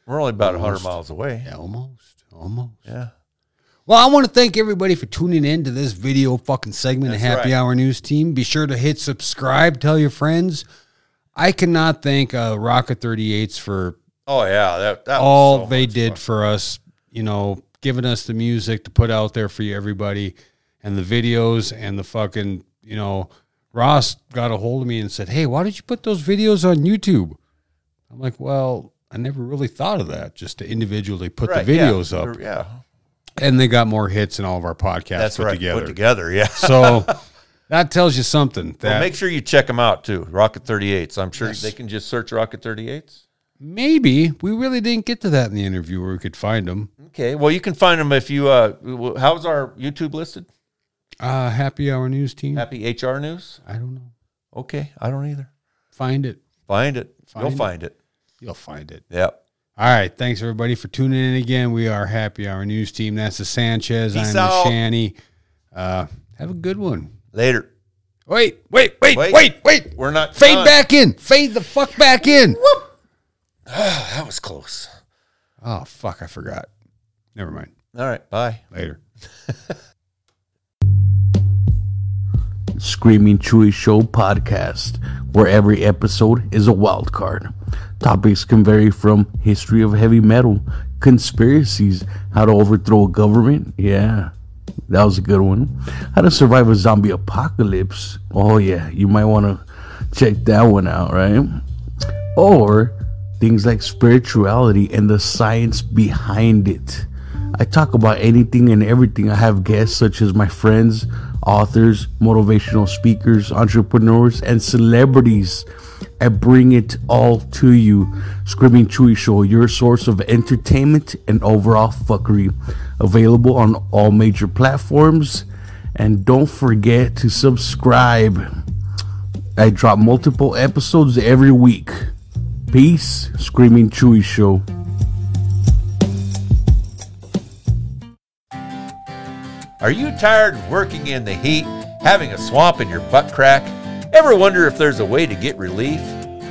[SPEAKER 2] We're only about
[SPEAKER 1] Almost.
[SPEAKER 2] hundred miles away.
[SPEAKER 1] yeah, almost. Almost.
[SPEAKER 2] yeah.
[SPEAKER 1] Well, I want to thank everybody for tuning in to this video fucking segment of Happy
[SPEAKER 2] right.
[SPEAKER 1] Hour News Team. Be sure to hit subscribe, tell your friends. I cannot thank uh, Rocket 38s for
[SPEAKER 2] Oh yeah, that, that was
[SPEAKER 1] all
[SPEAKER 2] so
[SPEAKER 1] they
[SPEAKER 2] much
[SPEAKER 1] did
[SPEAKER 2] fun.
[SPEAKER 1] for us, you know, giving us the music to put out there for you, everybody, and the videos and the fucking, you know, Ross got a hold of me and said, Hey, why don't you put those videos on YouTube? I'm like, Well, I never really thought of that, just to individually put
[SPEAKER 2] Right,
[SPEAKER 1] the
[SPEAKER 2] yeah.
[SPEAKER 1] videos up.
[SPEAKER 2] Yeah,
[SPEAKER 1] And they got more hits than all of our podcasts
[SPEAKER 2] that's
[SPEAKER 1] put
[SPEAKER 2] right.
[SPEAKER 1] together.
[SPEAKER 2] Put together, yeah.
[SPEAKER 1] so that tells you something that
[SPEAKER 2] Well, make sure you check them out too. Rocket 38s. I'm sure they can just search Rocket 38s.
[SPEAKER 1] maybe we really didn't get to that in the interview where we could find them.
[SPEAKER 2] Okay. Well, you can find them if you. Uh, w- how's our YouTube listed?
[SPEAKER 1] Uh, happy Hour News Team.
[SPEAKER 2] Happy HR News.
[SPEAKER 1] I don't know.
[SPEAKER 2] Okay, I don't either.
[SPEAKER 1] Find it.
[SPEAKER 2] Find it.
[SPEAKER 1] Find
[SPEAKER 2] You'll
[SPEAKER 1] it.
[SPEAKER 2] find it.
[SPEAKER 1] You'll find it.
[SPEAKER 2] Yep.
[SPEAKER 1] All right. Thanks, everybody, for tuning in again. We are Happy Hour News Team. That's the Sanchez.
[SPEAKER 2] Peace
[SPEAKER 1] I'm
[SPEAKER 2] out.
[SPEAKER 1] the Shanny. Uh, have a good one.
[SPEAKER 2] Later.
[SPEAKER 1] Wait, wait, wait,
[SPEAKER 2] Wait.
[SPEAKER 1] wait, wait.
[SPEAKER 2] We're not
[SPEAKER 1] Fade
[SPEAKER 2] done.
[SPEAKER 1] back in. Fade the fuck back in.
[SPEAKER 2] That was close.
[SPEAKER 1] Oh, fuck. I forgot. Never mind.
[SPEAKER 2] All right. Bye.
[SPEAKER 1] Later.
[SPEAKER 9] Screaming Chewy Show podcast, where every episode is a wild card. Topics can vary from history of heavy metal, conspiracies, how to overthrow a government. Yeah, that was a good one. How to survive a zombie apocalypse. Oh, yeah, you might want to check that one out, right? Or things like spirituality and the science behind it. I talk about anything and everything. I have guests such as my friends, authors, motivational speakers, entrepreneurs, and celebrities. I bring it all to you. Screaming Chewy Show, your source of entertainment and overall fuckery. Available on all major platforms. And don't forget to subscribe. I drop multiple episodes every week. Peace, Screaming Chewy Show.
[SPEAKER 2] Are you tired of working in the heat, having a swamp in your butt crack? Ever wonder if there's a way to get relief?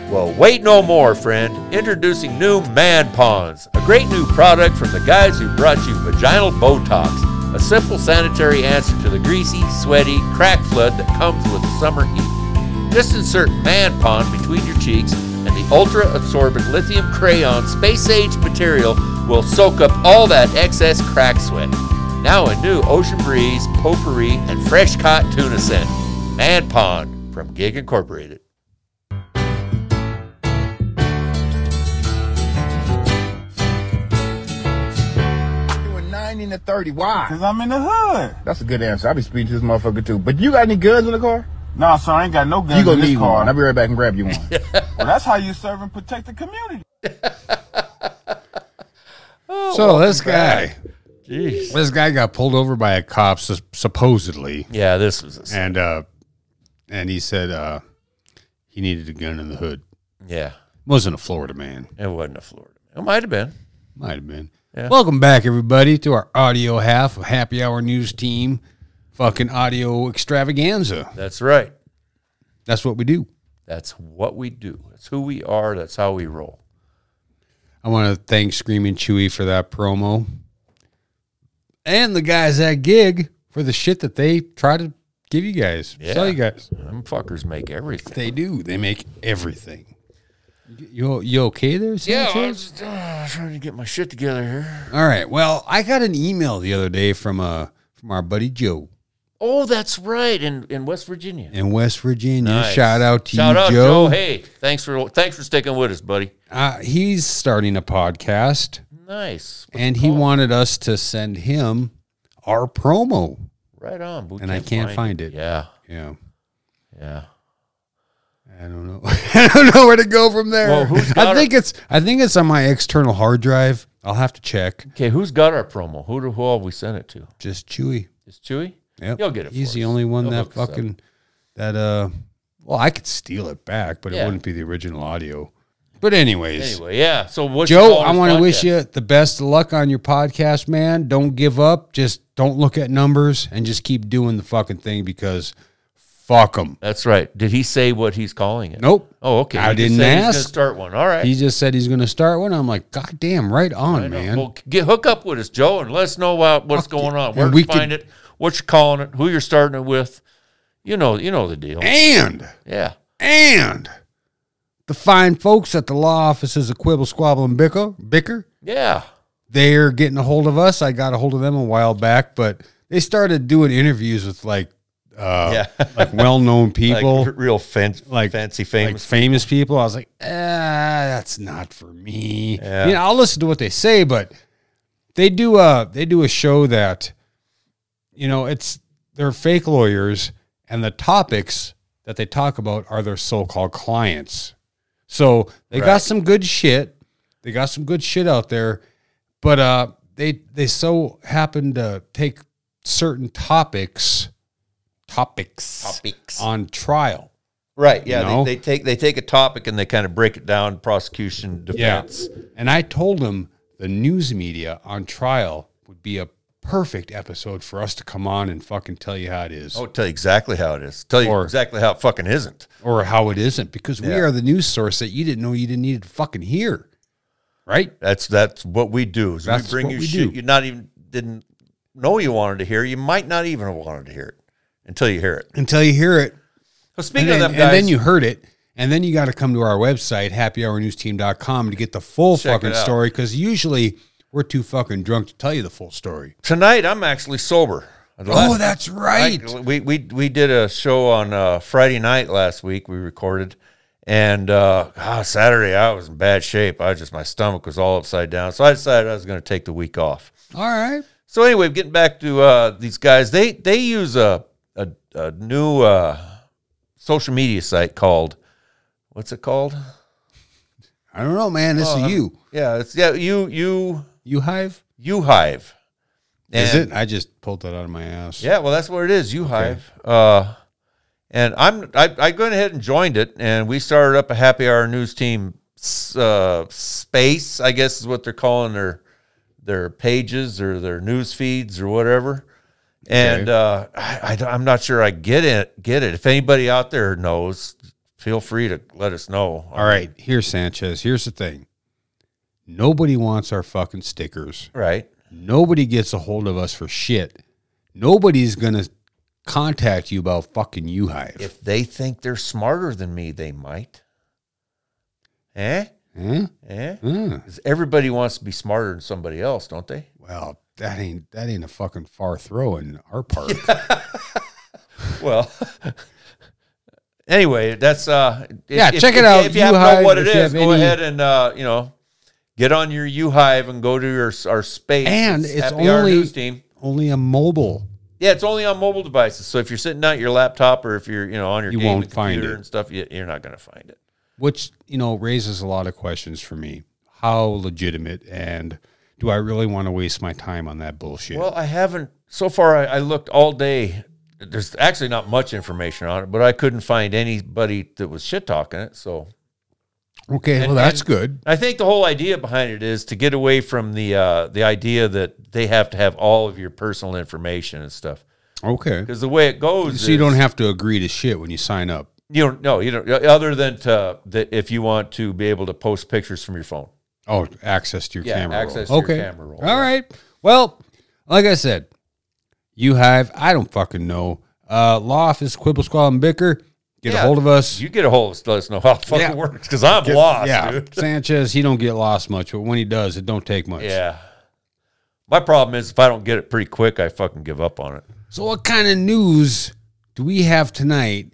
[SPEAKER 2] Well, wait no more, friend. Introducing new Man Ponds, a great new product from the guys who brought you vaginal Botox, a simple sanitary answer to the greasy, sweaty crack flood that comes with the summer heat. Just insert Man Pond between your cheeks, and the ultra absorbent lithium crayon space age material will soak up all that excess crack sweat. Now a new ocean breeze, potpourri, and fresh caught tuna scent. Man Pond from Gig Incorporated.
[SPEAKER 10] Doing 90 to 30. Why?
[SPEAKER 11] Cause I'm in the hood.
[SPEAKER 10] That's a good answer. I'll be speaking to this motherfucker too. But you got any guns in the car?
[SPEAKER 11] Nah, son, I ain't got no guns
[SPEAKER 10] you
[SPEAKER 11] in
[SPEAKER 10] gonna
[SPEAKER 11] this
[SPEAKER 10] need
[SPEAKER 11] car.
[SPEAKER 10] one. I'll be right back and grab you one.
[SPEAKER 11] Well, that's how you serve and protect the community.
[SPEAKER 1] so this guy,
[SPEAKER 2] Oh, Jeez.
[SPEAKER 1] this guy got pulled over by a cop, sus- supposedly.
[SPEAKER 2] Yeah, this was a s-
[SPEAKER 1] And, uh, and he said, uh, he needed a gun in the hood.
[SPEAKER 2] yeah.
[SPEAKER 1] Wasn't a Florida man.
[SPEAKER 2] It wasn't a Florida. It might have been.
[SPEAKER 1] Might have been.
[SPEAKER 2] Yeah.
[SPEAKER 1] Welcome back, everybody, to our audio half of Happy Hour News Team fucking audio extravaganza.
[SPEAKER 2] That's right.
[SPEAKER 1] That's what we do.
[SPEAKER 2] That's what we do. That's who we are. That's how we roll.
[SPEAKER 1] I want to thank Screaming Chewy for that promo and the guys at Gig for the shit that they try to give you guys,
[SPEAKER 2] Yeah.
[SPEAKER 1] sell you guys.
[SPEAKER 2] Them fuckers make everything.
[SPEAKER 1] They do. They make everything. You, you okay there,
[SPEAKER 2] Yeah,
[SPEAKER 1] Sanchez?
[SPEAKER 2] I was
[SPEAKER 5] Oh,
[SPEAKER 2] just, uh, trying to get my shit together here.
[SPEAKER 1] All right. Well, I got an email the other day from uh, from our buddy Joe
[SPEAKER 2] Oh, that's right. In in West Virginia.
[SPEAKER 1] in West Virginia.
[SPEAKER 2] Nice.
[SPEAKER 1] Shout out to
[SPEAKER 2] Shout
[SPEAKER 1] you,
[SPEAKER 2] out,
[SPEAKER 1] Joe.
[SPEAKER 2] Joe. Hey, thanks for thanks for sticking with us, buddy.
[SPEAKER 1] Uh, he's starting a podcast,
[SPEAKER 2] Nice.
[SPEAKER 1] and he wanted us to send him our promo.
[SPEAKER 2] Right on. but we
[SPEAKER 1] And I can't find it.
[SPEAKER 2] Yeah.
[SPEAKER 1] Yeah,
[SPEAKER 2] Yeah.
[SPEAKER 1] I don't know. I don't know where to go from there.
[SPEAKER 2] Well, who's got
[SPEAKER 1] I think it's I think it's on my external hard drive. I'll have to check.
[SPEAKER 2] Okay, who's got our promo? Who do who have we sent it to?
[SPEAKER 1] Just Chewy.
[SPEAKER 2] Is Chewy?
[SPEAKER 1] Yep.
[SPEAKER 2] He'll get it
[SPEAKER 1] He's
[SPEAKER 2] for
[SPEAKER 1] the
[SPEAKER 2] us.
[SPEAKER 1] only one
[SPEAKER 2] He'll
[SPEAKER 1] that
[SPEAKER 2] hook us up.
[SPEAKER 1] fucking that uh. Well, I could steal it back, but
[SPEAKER 2] Yeah.
[SPEAKER 1] it wouldn't be the original audio. But anyways,
[SPEAKER 2] Anyway, yeah. So what?
[SPEAKER 1] Joe, I want to wish you the best of luck on your podcast, man. Don't give up. Just don't look at numbers and just keep doing the fucking thing because fuck them.
[SPEAKER 2] That's right. Did he say what he's calling it?
[SPEAKER 1] Nope.
[SPEAKER 2] Oh, okay.
[SPEAKER 1] I
[SPEAKER 2] He just
[SPEAKER 1] didn't
[SPEAKER 2] said He's
[SPEAKER 1] ask.
[SPEAKER 2] gonna start one. All right.
[SPEAKER 1] He just said he's going to start one. I'm like, God damn, right on,
[SPEAKER 2] I know.
[SPEAKER 1] man.
[SPEAKER 2] Well, get hook up with us, Joe, and let us know about what's going on. Where
[SPEAKER 1] And
[SPEAKER 2] to
[SPEAKER 1] we
[SPEAKER 2] find
[SPEAKER 1] could-
[SPEAKER 2] it? What you're calling it? Who you're starting it with? You know, you know the deal.
[SPEAKER 1] and,
[SPEAKER 2] yeah.
[SPEAKER 1] and the fine folks at the law offices of Quibble, Squabble, and Bicker. Bicker.
[SPEAKER 2] Yeah.
[SPEAKER 1] They're getting a hold of us. I got a hold of them a while back, but they started doing interviews with like, uh,
[SPEAKER 2] Yeah.
[SPEAKER 1] like well-known people,
[SPEAKER 2] Like r- real fan-
[SPEAKER 1] Like-
[SPEAKER 2] fancy
[SPEAKER 1] like
[SPEAKER 2] famous.
[SPEAKER 1] famous people. I was like, ah, that's not for me.
[SPEAKER 2] Yeah.
[SPEAKER 1] You know, I'll listen to what they say, but they do a they do a show that, you know, it's they're fake lawyers, and the topics that they talk about are their so-called clients. So they got
[SPEAKER 2] Right.
[SPEAKER 1] some good shit. They got some good shit out there, but uh, they they so happen to take certain topics, topics,
[SPEAKER 2] Topics.
[SPEAKER 1] on trial.
[SPEAKER 2] right. Yeah.
[SPEAKER 1] you know?
[SPEAKER 2] They, they take they take a topic and they kind of break it down. Prosecution, defense.
[SPEAKER 1] And I told him the news media on trial would be a perfect episode for us to come on and fucking tell you how it is
[SPEAKER 2] Oh, tell you exactly how it is. Tell you
[SPEAKER 1] Or-
[SPEAKER 2] exactly how it fucking isn't.
[SPEAKER 1] or how it isn't because we
[SPEAKER 2] Yeah.
[SPEAKER 1] are the news source that you didn't know you didn't need to fucking hear. Right?
[SPEAKER 2] That's that's what we do. Is
[SPEAKER 1] That's
[SPEAKER 2] we bring
[SPEAKER 1] what
[SPEAKER 2] you
[SPEAKER 1] we
[SPEAKER 2] shit
[SPEAKER 1] do.
[SPEAKER 2] you not even didn't know you wanted to hear. You might not even have wanted to hear it until you hear it.
[SPEAKER 1] Until you hear it.
[SPEAKER 2] Well,
[SPEAKER 1] And
[SPEAKER 2] speaking
[SPEAKER 1] then,
[SPEAKER 2] of them
[SPEAKER 1] and
[SPEAKER 2] guys,
[SPEAKER 1] then you heard it. And then you got to come to our website, happyhournewsteam.com, to get the full
[SPEAKER 2] Check it
[SPEAKER 1] fucking
[SPEAKER 2] out.
[SPEAKER 1] story because usually we're too fucking drunk to tell you the full story.
[SPEAKER 2] tonight I'm actually sober. The
[SPEAKER 1] Oh,
[SPEAKER 2] last-
[SPEAKER 1] that's right.
[SPEAKER 2] We we we did a show on uh, Friday night last week. We recorded, and uh, ah, Saturday I was in bad shape. I just my stomach was all upside down. So I decided I was going to take the week off.
[SPEAKER 1] All right.
[SPEAKER 2] So anyway, getting back to uh, these guys, they they use a a, a new uh, social media site called what's it called?
[SPEAKER 1] I don't know, man. This is you.
[SPEAKER 2] Yeah, it's yeah you you
[SPEAKER 1] You hive?
[SPEAKER 2] you hive.
[SPEAKER 1] Is it? I just pulled that out of my ass.
[SPEAKER 2] Yeah, well, that's what it is. You hive. Uh, and I'm I, I went ahead and joined it, and we started up a happy hour news team s- uh, space. I guess is what they're calling their their pages or their news feeds or whatever. And uh, I, I, am not sure I get it. Get it? If anybody out there knows, feel free to let us know.
[SPEAKER 1] All right, here, Sanchez. Here's the thing. Nobody wants our fucking stickers.
[SPEAKER 2] right.
[SPEAKER 1] Nobody gets a hold of us for shit. Nobody's gonna contact you about fucking you hive.
[SPEAKER 2] If they think they're smarter than me, they might. Eh?
[SPEAKER 1] Huh?
[SPEAKER 2] Eh?
[SPEAKER 1] Huh.
[SPEAKER 2] 'Cause everybody wants to be smarter than somebody else, don't they?
[SPEAKER 1] Well, that ain't that ain't a fucking far throw in our part.
[SPEAKER 2] Well, anyway, that's uh. if-
[SPEAKER 1] Yeah,
[SPEAKER 2] if-
[SPEAKER 1] check it
[SPEAKER 2] if-
[SPEAKER 1] out,
[SPEAKER 2] If you haven't
[SPEAKER 1] U-Hive,
[SPEAKER 2] know what
[SPEAKER 1] if
[SPEAKER 2] it
[SPEAKER 1] you have
[SPEAKER 2] is, go
[SPEAKER 1] any-
[SPEAKER 2] ahead and uh, you know, get on your U Hive and go to your our space.
[SPEAKER 1] And it's
[SPEAKER 2] Happy Hour
[SPEAKER 1] only-
[SPEAKER 2] news team.
[SPEAKER 1] Only a mobile.
[SPEAKER 2] Yeah, it's only on mobile devices. So if you're sitting out your laptop or if you're you know on your
[SPEAKER 1] You
[SPEAKER 2] game
[SPEAKER 1] won't
[SPEAKER 2] and
[SPEAKER 1] find
[SPEAKER 2] computer
[SPEAKER 1] it.
[SPEAKER 2] and stuff, you, you're not going to find it.
[SPEAKER 1] which you know raises a lot of questions for me. How legitimate and do I really want to waste my time on that bullshit?
[SPEAKER 2] Well, I haven't so far. I, I looked all day. There's actually not much information on it, but I couldn't find anybody that was shit talking it. So
[SPEAKER 1] okay, well that's good.
[SPEAKER 2] I think the whole idea behind it is to get away from the uh, the idea that they have to have all of your personal information and stuff.
[SPEAKER 1] Okay,
[SPEAKER 2] Because the way it goes,
[SPEAKER 1] so you
[SPEAKER 2] is-
[SPEAKER 1] don't have to agree to shit when you sign up.
[SPEAKER 2] you don't no you don't uh, other than to that if you want to be able to post pictures from your phone.
[SPEAKER 1] Oh, access to your
[SPEAKER 2] Yeah,
[SPEAKER 1] camera
[SPEAKER 2] access
[SPEAKER 1] roll.
[SPEAKER 2] to your
[SPEAKER 1] okay.
[SPEAKER 2] camera roll,
[SPEAKER 1] All
[SPEAKER 2] yeah.
[SPEAKER 1] right. Well, like I said, you have I don't fucking know. Uh, law office quibble squall and bicker. Get a
[SPEAKER 2] Yeah.
[SPEAKER 1] hold of us.
[SPEAKER 2] You get a hold of us, let us know how it fucking
[SPEAKER 1] Yeah.
[SPEAKER 2] works because I'm lost,
[SPEAKER 1] yeah,
[SPEAKER 2] dude.
[SPEAKER 1] Sanchez. He don't get lost much, but when he does, it don't take much.
[SPEAKER 2] Yeah. My problem is if I don't get it pretty quick, I fucking give up on it.
[SPEAKER 1] So, what kind of news do we have tonight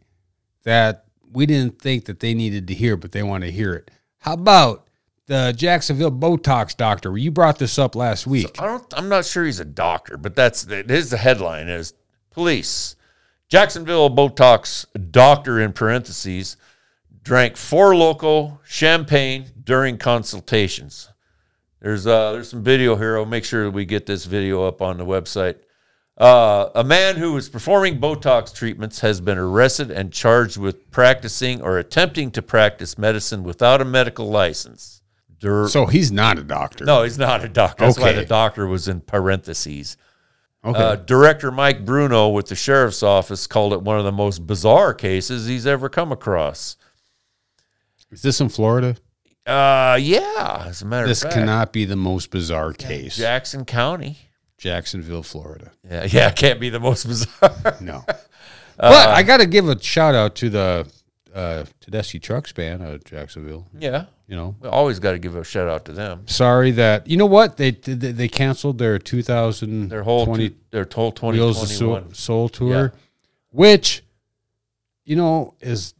[SPEAKER 1] that we didn't think that they needed to hear, but they want to hear it? How about the Jacksonville Botox doctor? You brought this up last week.
[SPEAKER 2] I don't. I'm not sure he's a doctor, but that's here's the headline: is police Jacksonville Botox doctor in parentheses drank four local champagne during consultations. There's uh there's some video here. I'll make sure that we get this video up on the website. Uh, a man who was performing Botox treatments has been arrested and charged with practicing or attempting to practice medicine without a medical license. Dur-
[SPEAKER 1] so, he's not a doctor.
[SPEAKER 2] er, no, he's not a doctor. That's why
[SPEAKER 1] Okay.
[SPEAKER 2] the doctor was in parentheses.
[SPEAKER 1] Okay.
[SPEAKER 2] Uh, Director Mike Bruno with the sheriff's office called it one of the most bizarre cases he's ever come across.
[SPEAKER 1] Is this in Florida?
[SPEAKER 2] Uh, yeah, as a matter
[SPEAKER 1] This
[SPEAKER 2] of fact,
[SPEAKER 1] cannot be the most bizarre case.
[SPEAKER 2] Jackson County.
[SPEAKER 1] Jacksonville, Florida.
[SPEAKER 2] Yeah, Uh, yeah, can't be the most bizarre.
[SPEAKER 1] No. but I got to give a shout out to the uh, Tedeschi Trucks band out of Jacksonville.
[SPEAKER 2] Yeah.
[SPEAKER 1] You know,
[SPEAKER 2] We always got to give a shout out to them.
[SPEAKER 1] sorry that you know what they they, they canceled their 2000
[SPEAKER 2] Their whole
[SPEAKER 1] 20
[SPEAKER 2] two- their whole twenty
[SPEAKER 1] Wheels of
[SPEAKER 2] twenty
[SPEAKER 1] Soul,
[SPEAKER 2] one.
[SPEAKER 1] Soul tour,
[SPEAKER 2] Yeah.
[SPEAKER 1] which you know is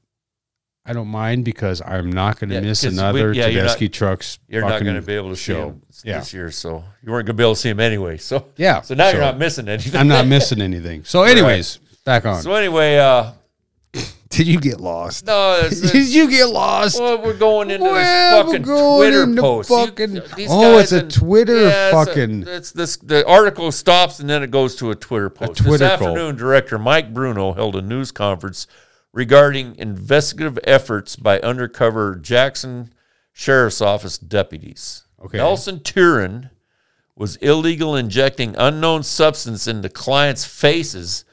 [SPEAKER 1] I don't mind because I'm not going to
[SPEAKER 2] Yeah,
[SPEAKER 1] miss
[SPEAKER 2] 'cause we-
[SPEAKER 1] another
[SPEAKER 2] yeah, you're not-
[SPEAKER 1] Tedeschi Trucks.
[SPEAKER 2] You're not
[SPEAKER 1] fucking
[SPEAKER 2] going to be able to see
[SPEAKER 1] show.
[SPEAKER 2] them
[SPEAKER 1] Yeah,
[SPEAKER 2] this year, so you weren't going to be able to see them anyway. So
[SPEAKER 1] Yeah,
[SPEAKER 2] so now
[SPEAKER 1] so-
[SPEAKER 2] you're not missing anything.
[SPEAKER 1] I'm not missing anything. So, anyways, back on.
[SPEAKER 2] So anyway, uh,
[SPEAKER 1] Did you get lost?
[SPEAKER 2] no, it's,
[SPEAKER 1] Did you get lost?
[SPEAKER 2] well, we're going into
[SPEAKER 1] Well,
[SPEAKER 2] this
[SPEAKER 1] we're
[SPEAKER 2] fucking
[SPEAKER 1] going
[SPEAKER 2] Twitter
[SPEAKER 1] into
[SPEAKER 2] post. You-
[SPEAKER 1] fucking-
[SPEAKER 2] these
[SPEAKER 1] oh, it's
[SPEAKER 2] guys
[SPEAKER 1] a Twitter
[SPEAKER 2] it's a-
[SPEAKER 1] fucking-
[SPEAKER 2] it's this. The article stops and then it goes to a Twitter post. this
[SPEAKER 1] Twitter poll.
[SPEAKER 2] afternoon, director Mike Bruno held a news conference regarding investigative efforts by undercover Jackson Sheriff's Office deputies.
[SPEAKER 1] Okay.
[SPEAKER 2] Nelson Turin was illegal injecting unknown substance into clients' faces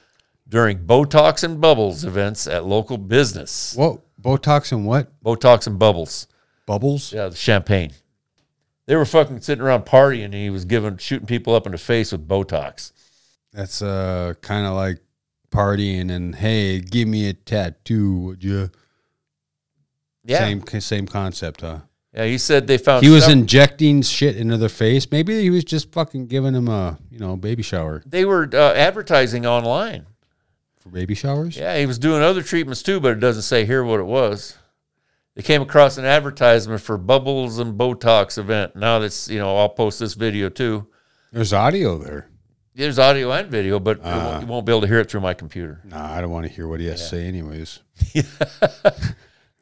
[SPEAKER 2] during Botox and Bubbles events at local business.
[SPEAKER 1] What Botox and what
[SPEAKER 2] Botox and Bubbles.
[SPEAKER 1] bubbles?
[SPEAKER 2] Yeah, the champagne. They were fucking sitting around partying, and he was giving shooting people up in the face with Botox.
[SPEAKER 1] That's uh kind of like partying and hey, give me a tattoo, would you?
[SPEAKER 2] Yeah, Oh,
[SPEAKER 1] Same same concept, huh?
[SPEAKER 2] yeah. He said they found
[SPEAKER 1] He was
[SPEAKER 2] sev-
[SPEAKER 1] injecting shit into their face. Maybe he was just fucking giving him a you know baby shower
[SPEAKER 2] They were uh, advertising online.
[SPEAKER 1] for baby showers.
[SPEAKER 2] Yeah, he was doing other treatments too, but it doesn't say here what it was. They came across an advertisement for Bubbles and Botox event. Now that's you know, I'll post this video too.
[SPEAKER 1] There's audio there.
[SPEAKER 2] There's audio and video, but you, won't,
[SPEAKER 1] Ah.
[SPEAKER 2] you won't be able to hear it through my computer.
[SPEAKER 1] Nah, I don't want to hear what he has to say, anyways.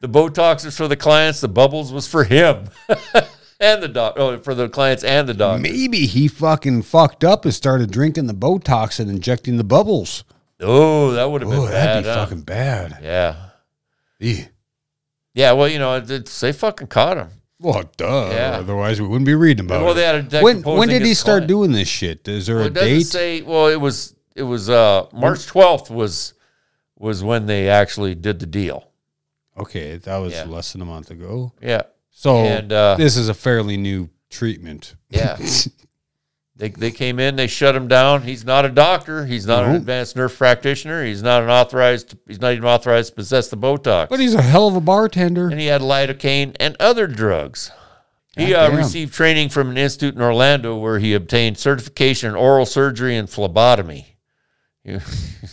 [SPEAKER 2] The Botox is for the clients. The Bubbles was for him and the doc. Oh, for the clients and the doctor.
[SPEAKER 1] Maybe he fucking fucked up and started drinking the Botox and injecting the bubbles.
[SPEAKER 2] Oh, that would have been
[SPEAKER 1] Oh,
[SPEAKER 2] bad.
[SPEAKER 1] that'd be
[SPEAKER 2] huh?
[SPEAKER 1] fucking bad.
[SPEAKER 2] yeah.
[SPEAKER 1] Eh.
[SPEAKER 2] Yeah, well, you know, it- it's, they fucking caught him.
[SPEAKER 1] Well, duh.
[SPEAKER 2] Yeah.
[SPEAKER 1] Otherwise, we wouldn't be reading about
[SPEAKER 2] Well,
[SPEAKER 1] it.
[SPEAKER 2] they had a
[SPEAKER 1] when when did he start
[SPEAKER 2] doing?
[SPEAKER 1] doing this shit? Is there
[SPEAKER 2] Well,
[SPEAKER 1] a
[SPEAKER 2] it doesn't
[SPEAKER 1] date?
[SPEAKER 2] say. Well, it was it was uh, March twelfth was was when they actually did the deal.
[SPEAKER 1] okay, that was
[SPEAKER 2] Yeah.
[SPEAKER 1] less than a month ago.
[SPEAKER 2] Yeah,
[SPEAKER 1] So
[SPEAKER 2] And, uh,
[SPEAKER 1] this is a fairly new treatment.
[SPEAKER 2] yeah. they they came in. They shut him down. He's not a doctor. He's not an
[SPEAKER 1] No.
[SPEAKER 2] advanced nerve practitioner. He's not an authorized. He's not even authorized to possess the Botox.
[SPEAKER 1] But he's a hell of a bartender.
[SPEAKER 2] and he had lidocaine and other drugs. He uh,
[SPEAKER 1] Goddamn.
[SPEAKER 2] received training from an institute in Orlando where he obtained certification in oral surgery and phlebotomy. You,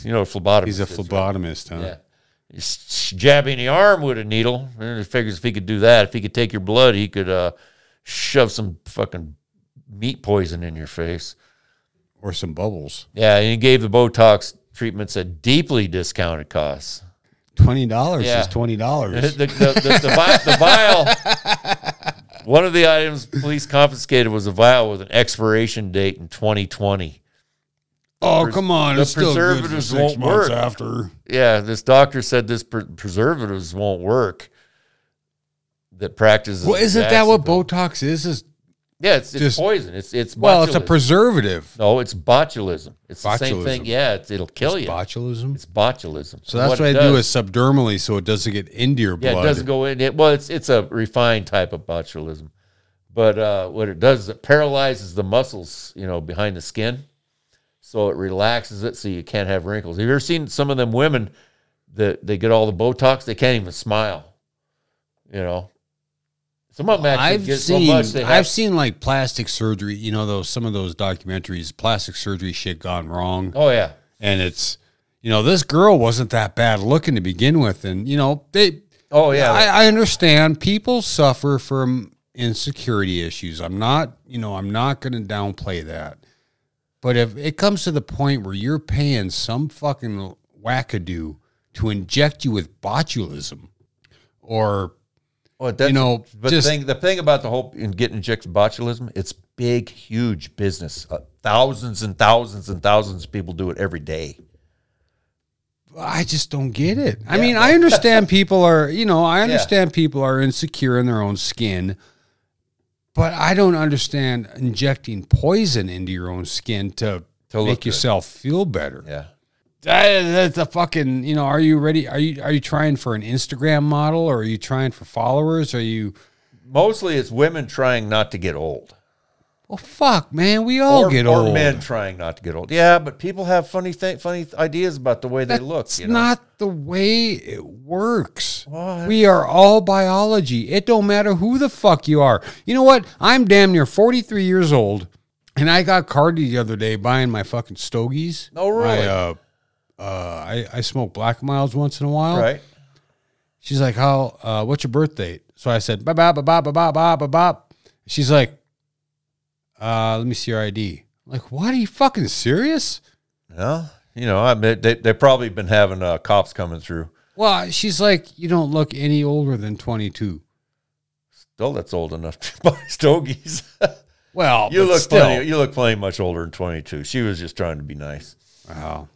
[SPEAKER 2] you know, phlebotomy.
[SPEAKER 1] He's a phlebotomist, huh?
[SPEAKER 2] Yeah. He's jabbing the arm with a needle. And he figures if he could do that, if he could take your blood, he could uh, shove some fucking meat poison in your face.
[SPEAKER 1] Or some bubbles.
[SPEAKER 2] Yeah, and he gave the Botox treatments at deeply discounted costs.
[SPEAKER 1] Twenty dollars
[SPEAKER 2] Yeah.
[SPEAKER 1] is twenty dollars.
[SPEAKER 2] the, the, the, the, vi- the vial. One of the items police confiscated was a vial with an expiration date in 2020.
[SPEAKER 1] Oh come on,
[SPEAKER 2] the
[SPEAKER 1] it's still good for
[SPEAKER 2] preservatives
[SPEAKER 1] six
[SPEAKER 2] won't
[SPEAKER 1] months
[SPEAKER 2] work.
[SPEAKER 1] after.
[SPEAKER 2] Yeah, this doctor said this pre- preservatives won't work. That practices.
[SPEAKER 1] Well,
[SPEAKER 2] in
[SPEAKER 1] isn't that what
[SPEAKER 2] Jacksonville.
[SPEAKER 1] Botox is? Is
[SPEAKER 2] Yeah, it's, it's
[SPEAKER 1] just-
[SPEAKER 2] poison. It's it's
[SPEAKER 1] well, it's a
[SPEAKER 2] botulism.
[SPEAKER 1] preservative.
[SPEAKER 2] no, it's botulism. It's the same
[SPEAKER 1] Botulism.
[SPEAKER 2] thing. Yeah, it's, it'll kill you.
[SPEAKER 1] Botulism.
[SPEAKER 2] it's botulism.
[SPEAKER 1] So that's
[SPEAKER 2] What
[SPEAKER 1] why
[SPEAKER 2] it
[SPEAKER 1] they do it
[SPEAKER 2] does-
[SPEAKER 1] subdermally, so it doesn't get into your
[SPEAKER 2] Yeah,
[SPEAKER 1] blood.
[SPEAKER 2] it doesn't go in. It, well, it's it's a refined type of botulism, but uh, what it does is it paralyzes the muscles, you know, behind the skin, so it relaxes it, so you can't have wrinkles. Have you ever seen some of them women that they get all the Botox, they can't even smile, you know? Some of them actually
[SPEAKER 1] I've
[SPEAKER 2] get
[SPEAKER 1] seen,
[SPEAKER 2] so much they have.
[SPEAKER 1] I've seen like plastic surgery. You know, those some of those documentaries, plastic surgery shit gone wrong.
[SPEAKER 2] oh yeah,
[SPEAKER 1] and it's you know this girl wasn't that bad looking to begin with and you know they
[SPEAKER 2] oh yeah.
[SPEAKER 1] I, I understand people suffer from insecurity issues i'm not you know i'm not going to downplay that but if it comes to the point where you're paying some fucking wackadoo to inject you with botulism or
[SPEAKER 2] Well, Oh, that's,
[SPEAKER 1] you know,
[SPEAKER 2] but
[SPEAKER 1] just-
[SPEAKER 2] thing, the thing about the whole in getting injected botulism, it's big, huge business. Uh, thousands and thousands and thousands of people do it every day.
[SPEAKER 1] I just don't get it. I mean, I understand people are, you know, I understand people are insecure in their own skin, but I don't understand injecting poison into your own skin to,
[SPEAKER 2] To look
[SPEAKER 1] make
[SPEAKER 2] good.
[SPEAKER 1] yourself feel better.
[SPEAKER 2] Yeah.
[SPEAKER 1] That- that's a fucking, you know, are you ready? Are you are you trying for an Instagram model or are you trying for followers? Are you
[SPEAKER 2] Mostly it's women trying not to get old.
[SPEAKER 1] Well, oh, fuck, man, we all
[SPEAKER 5] or,
[SPEAKER 1] get
[SPEAKER 5] or
[SPEAKER 1] old.
[SPEAKER 5] men trying not to get old. Yeah, but people have funny th- funny ideas about the way they look.
[SPEAKER 1] It's
[SPEAKER 5] You know?
[SPEAKER 1] not the way it works. We are all biology. It don't matter who the fuck you are. You know what? I'm damn near 43 years old, and I got carded the other day buying my fucking stogies.
[SPEAKER 5] Oh, really?
[SPEAKER 1] My, uh, uh, I, I smoke black miles once in a while.
[SPEAKER 5] right.
[SPEAKER 1] She's like, "How? Uh, what's your birth date?" So I said, "Ba ba ba ba ba ba ba ba ba." She's like, uh, "Let me see your ID." I'm like, what? Are you fucking serious?
[SPEAKER 5] Well, you know, I mean, they they probably been having uh, cops coming through.
[SPEAKER 1] Well, she's like, "You don't look any older than 22."
[SPEAKER 5] Still, that's old enough to buy stogies.
[SPEAKER 1] Well,
[SPEAKER 5] you
[SPEAKER 1] but
[SPEAKER 5] look
[SPEAKER 1] still.
[SPEAKER 5] plenty. You look plenty much older than twenty two. She was just trying to be nice.
[SPEAKER 1] Wow.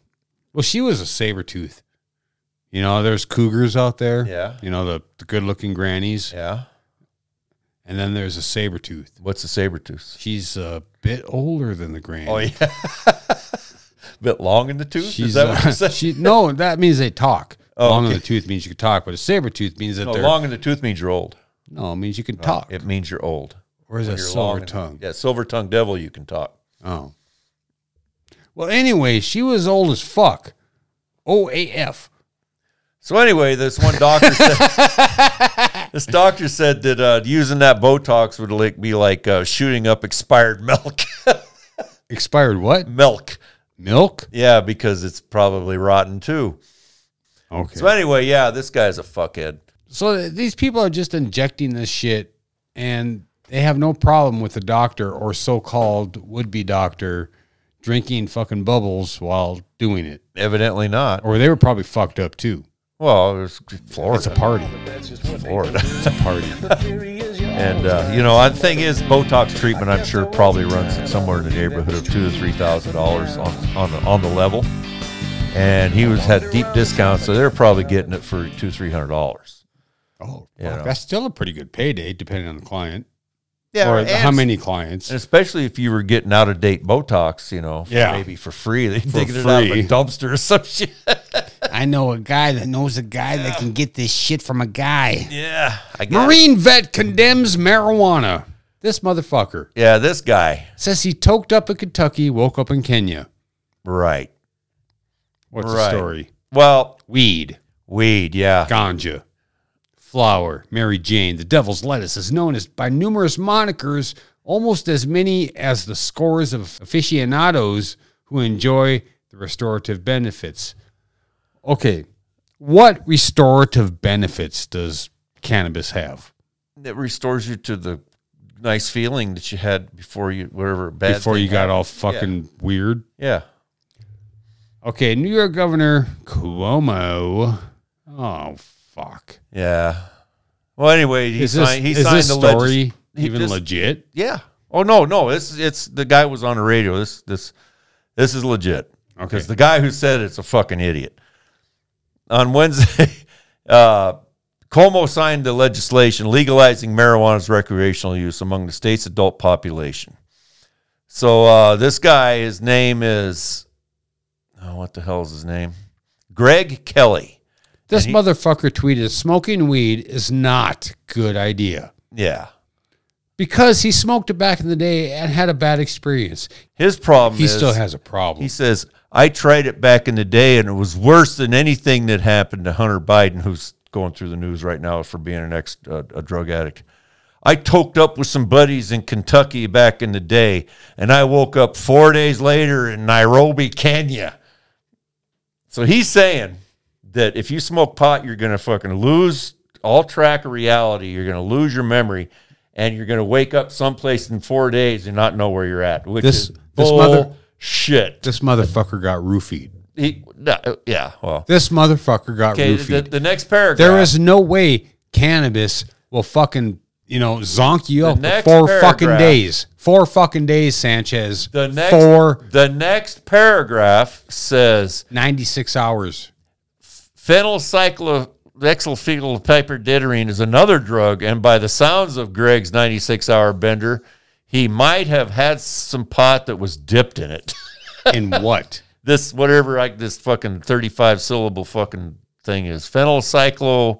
[SPEAKER 1] Well, she was a saber tooth. You know, there's cougars out there.
[SPEAKER 5] Yeah.
[SPEAKER 1] You know, the, the good looking grannies.
[SPEAKER 5] Yeah.
[SPEAKER 1] And then there's a saber tooth.
[SPEAKER 5] What's a saber tooth?
[SPEAKER 1] She's a bit older than the granny.
[SPEAKER 5] Oh yeah. Bit long in the tooth.
[SPEAKER 1] She's
[SPEAKER 5] Is that what
[SPEAKER 1] uh,
[SPEAKER 5] you said?
[SPEAKER 1] she no, that means they talk.
[SPEAKER 5] Oh,
[SPEAKER 1] long in
[SPEAKER 5] okay.
[SPEAKER 1] the tooth means you can talk, but a saber tooth means that
[SPEAKER 5] no,
[SPEAKER 1] they're
[SPEAKER 5] long in the tooth means you're old.
[SPEAKER 1] no, it means you can talk.
[SPEAKER 5] It means you're old.
[SPEAKER 1] or is
[SPEAKER 5] When
[SPEAKER 1] it
[SPEAKER 5] you're
[SPEAKER 1] silver
[SPEAKER 5] long-
[SPEAKER 1] tongue?
[SPEAKER 5] Yeah, silver tongue devil. You can talk.
[SPEAKER 1] Oh. Well, anyway, she was old as fuck. OAF.
[SPEAKER 5] So anyway, this one doctor said, this doctor said that uh, using that Botox would like, be like uh, shooting up expired milk.
[SPEAKER 1] Expired what?
[SPEAKER 5] milk,
[SPEAKER 1] Milk?
[SPEAKER 5] yeah, because it's probably rotten too.
[SPEAKER 1] Okay.
[SPEAKER 5] So anyway, yeah, this guy's a fuckhead.
[SPEAKER 1] So these people are just injecting this shit and they have no problem with the doctor or so called would be doctor drinking fucking bubbles while doing it.
[SPEAKER 5] Evidently not.
[SPEAKER 1] Or they were probably fucked up too.
[SPEAKER 5] Well, it's Florida.
[SPEAKER 1] It's a party.
[SPEAKER 5] Florida.
[SPEAKER 1] Party.
[SPEAKER 5] and uh, you know, the thing is, Botox treatment, I'm sure, probably runs somewhere in the neighborhood of two to three thousand dollars on on the, on the level. And he was had deep discounts, so they're probably getting it for two three hundred dollars.
[SPEAKER 1] Oh,
[SPEAKER 5] Yeah.
[SPEAKER 1] fuck, that's still a pretty good payday depending on the client
[SPEAKER 5] Yeah,
[SPEAKER 1] or
[SPEAKER 5] and
[SPEAKER 1] how
[SPEAKER 5] it's-
[SPEAKER 1] many clients.
[SPEAKER 5] And especially if you were getting out of date Botox, you know, for
[SPEAKER 1] Yeah.
[SPEAKER 5] maybe for free. They digging it out of a
[SPEAKER 1] free.
[SPEAKER 5] dumpster or some shit.
[SPEAKER 1] I know a guy that knows a guy that can get this shit from a guy.
[SPEAKER 5] yeah, I guess.
[SPEAKER 1] Marine vet condemns marijuana. This motherfucker
[SPEAKER 5] Yeah, this guy.
[SPEAKER 1] says he toked up in Kentucky, woke up in Kenya.
[SPEAKER 5] Right.
[SPEAKER 1] What's
[SPEAKER 5] Right.
[SPEAKER 1] the story?
[SPEAKER 5] Well,
[SPEAKER 1] Weed.
[SPEAKER 5] weed. Yeah.
[SPEAKER 1] ganja, flower, Mary Jane, the devil's lettuce is known as by numerous monikers, almost as many as the scores of aficionados who enjoy the restorative benefits. Okay, what restorative benefits does cannabis have?
[SPEAKER 5] It restores you to the nice feeling that you had before you, whatever bad.
[SPEAKER 1] Before
[SPEAKER 5] thing
[SPEAKER 1] you got
[SPEAKER 5] happened.
[SPEAKER 1] all fucking weird.
[SPEAKER 5] Yeah.
[SPEAKER 1] Okay, New York Governor Cuomo. Oh fuck!
[SPEAKER 5] Yeah. Well, anyway, he
[SPEAKER 1] Is this,
[SPEAKER 5] signed. He
[SPEAKER 1] is
[SPEAKER 5] signed
[SPEAKER 1] this
[SPEAKER 5] the legis-
[SPEAKER 1] story
[SPEAKER 5] he
[SPEAKER 1] even
[SPEAKER 5] just-
[SPEAKER 1] legit?
[SPEAKER 5] Yeah. Oh no, no. It's it's the guy was on the radio. This this this is legit.
[SPEAKER 1] Okay.
[SPEAKER 5] the guy who said it's a fucking idiot. On Wednesday, uh, Como signed the legislation legalizing marijuana's recreational use among the state's adult population. So uh, this guy, his name is, oh, what the hell is his name? Greg Kelly.
[SPEAKER 1] This
[SPEAKER 5] And he-
[SPEAKER 1] motherfucker tweeted smoking weed is not good idea
[SPEAKER 5] Yeah.
[SPEAKER 1] because he smoked it back in the day and had a bad experience.
[SPEAKER 5] His problem
[SPEAKER 1] He
[SPEAKER 5] is
[SPEAKER 1] still has a problem.
[SPEAKER 5] He says, I tried it back in the day and it was worse than anything that happened to Hunter Biden, who's going through the news right now for being an ex uh, a drug addict. I toked up with some buddies in Kentucky back in the day, and I woke up four days later in Nairobi, Kenya. So he's saying that if you smoke pot, you're going to fucking lose all track of reality. You're going to lose your memory, and you're going to wake up someplace in four days and not know where you're at. Which
[SPEAKER 1] This-
[SPEAKER 5] is
[SPEAKER 1] this mother-
[SPEAKER 5] shit.
[SPEAKER 1] This motherfucker got roofied.
[SPEAKER 5] He, no, uh, yeah, well,
[SPEAKER 1] This motherfucker got
[SPEAKER 5] okay.
[SPEAKER 1] roofied.
[SPEAKER 5] The, the next paragraph.
[SPEAKER 1] there is no way cannabis will fucking, you know, zonk you up for
[SPEAKER 5] next
[SPEAKER 1] four fucking
[SPEAKER 5] paragraph.
[SPEAKER 1] days. Four fucking days, Sanchez.
[SPEAKER 5] the next
[SPEAKER 1] Four,
[SPEAKER 5] The next paragraph says
[SPEAKER 1] 96 hours.
[SPEAKER 5] phenylcyclohexylphenylpiperdiderine is another drug, and by the sounds of Greg's 96-hour bender, he might have had some pot that was dipped in it.
[SPEAKER 1] In what?
[SPEAKER 5] this whatever like this fucking 35 syllable fucking thing is phenylcyclohexylpiper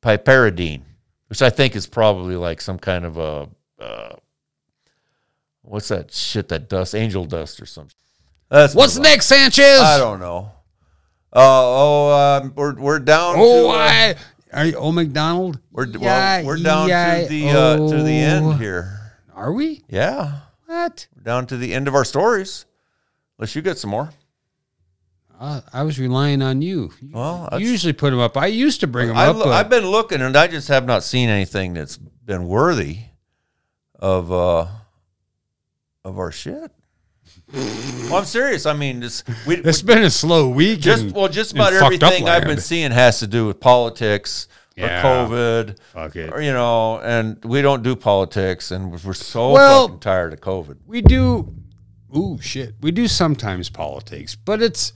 [SPEAKER 5] piperidine
[SPEAKER 12] which I think is probably like some kind of a uh, what's that shit? That dust, angel dust, or something.
[SPEAKER 2] That's
[SPEAKER 1] What's
[SPEAKER 2] move on.
[SPEAKER 1] next, Sanchez?
[SPEAKER 2] I don't know. Uh, oh, uh, we're we're down.
[SPEAKER 1] Oh,
[SPEAKER 2] to, uh,
[SPEAKER 1] I, are you old McDonald?
[SPEAKER 2] we're well, we're down to the uh, to the end here.
[SPEAKER 1] Oh. Are we?
[SPEAKER 2] Yeah,
[SPEAKER 1] What?
[SPEAKER 2] we're down to the end of our stories. Unless you get some more.
[SPEAKER 1] Uh, I was relying on you. You
[SPEAKER 2] Well, that's-
[SPEAKER 1] usually put them up. I used to bring them
[SPEAKER 2] I,
[SPEAKER 1] up. but
[SPEAKER 2] have been looking, and I just have not seen anything that's been worthy of uh, of our shit. well, I'm serious. I mean, it's we, we-
[SPEAKER 1] it's been a slow week.
[SPEAKER 2] just
[SPEAKER 1] and-
[SPEAKER 2] well, just
[SPEAKER 1] and
[SPEAKER 2] about
[SPEAKER 1] fucked up
[SPEAKER 2] everything I've
[SPEAKER 1] land.
[SPEAKER 2] been seeing has to do with politics
[SPEAKER 1] Yeah.
[SPEAKER 2] or COVID,
[SPEAKER 1] Fuck it.
[SPEAKER 2] or you know, and we don't do politics, and we're so
[SPEAKER 1] Well-
[SPEAKER 2] fucking tired of COVID.
[SPEAKER 1] we do ooh shit we do sometimes politics but it's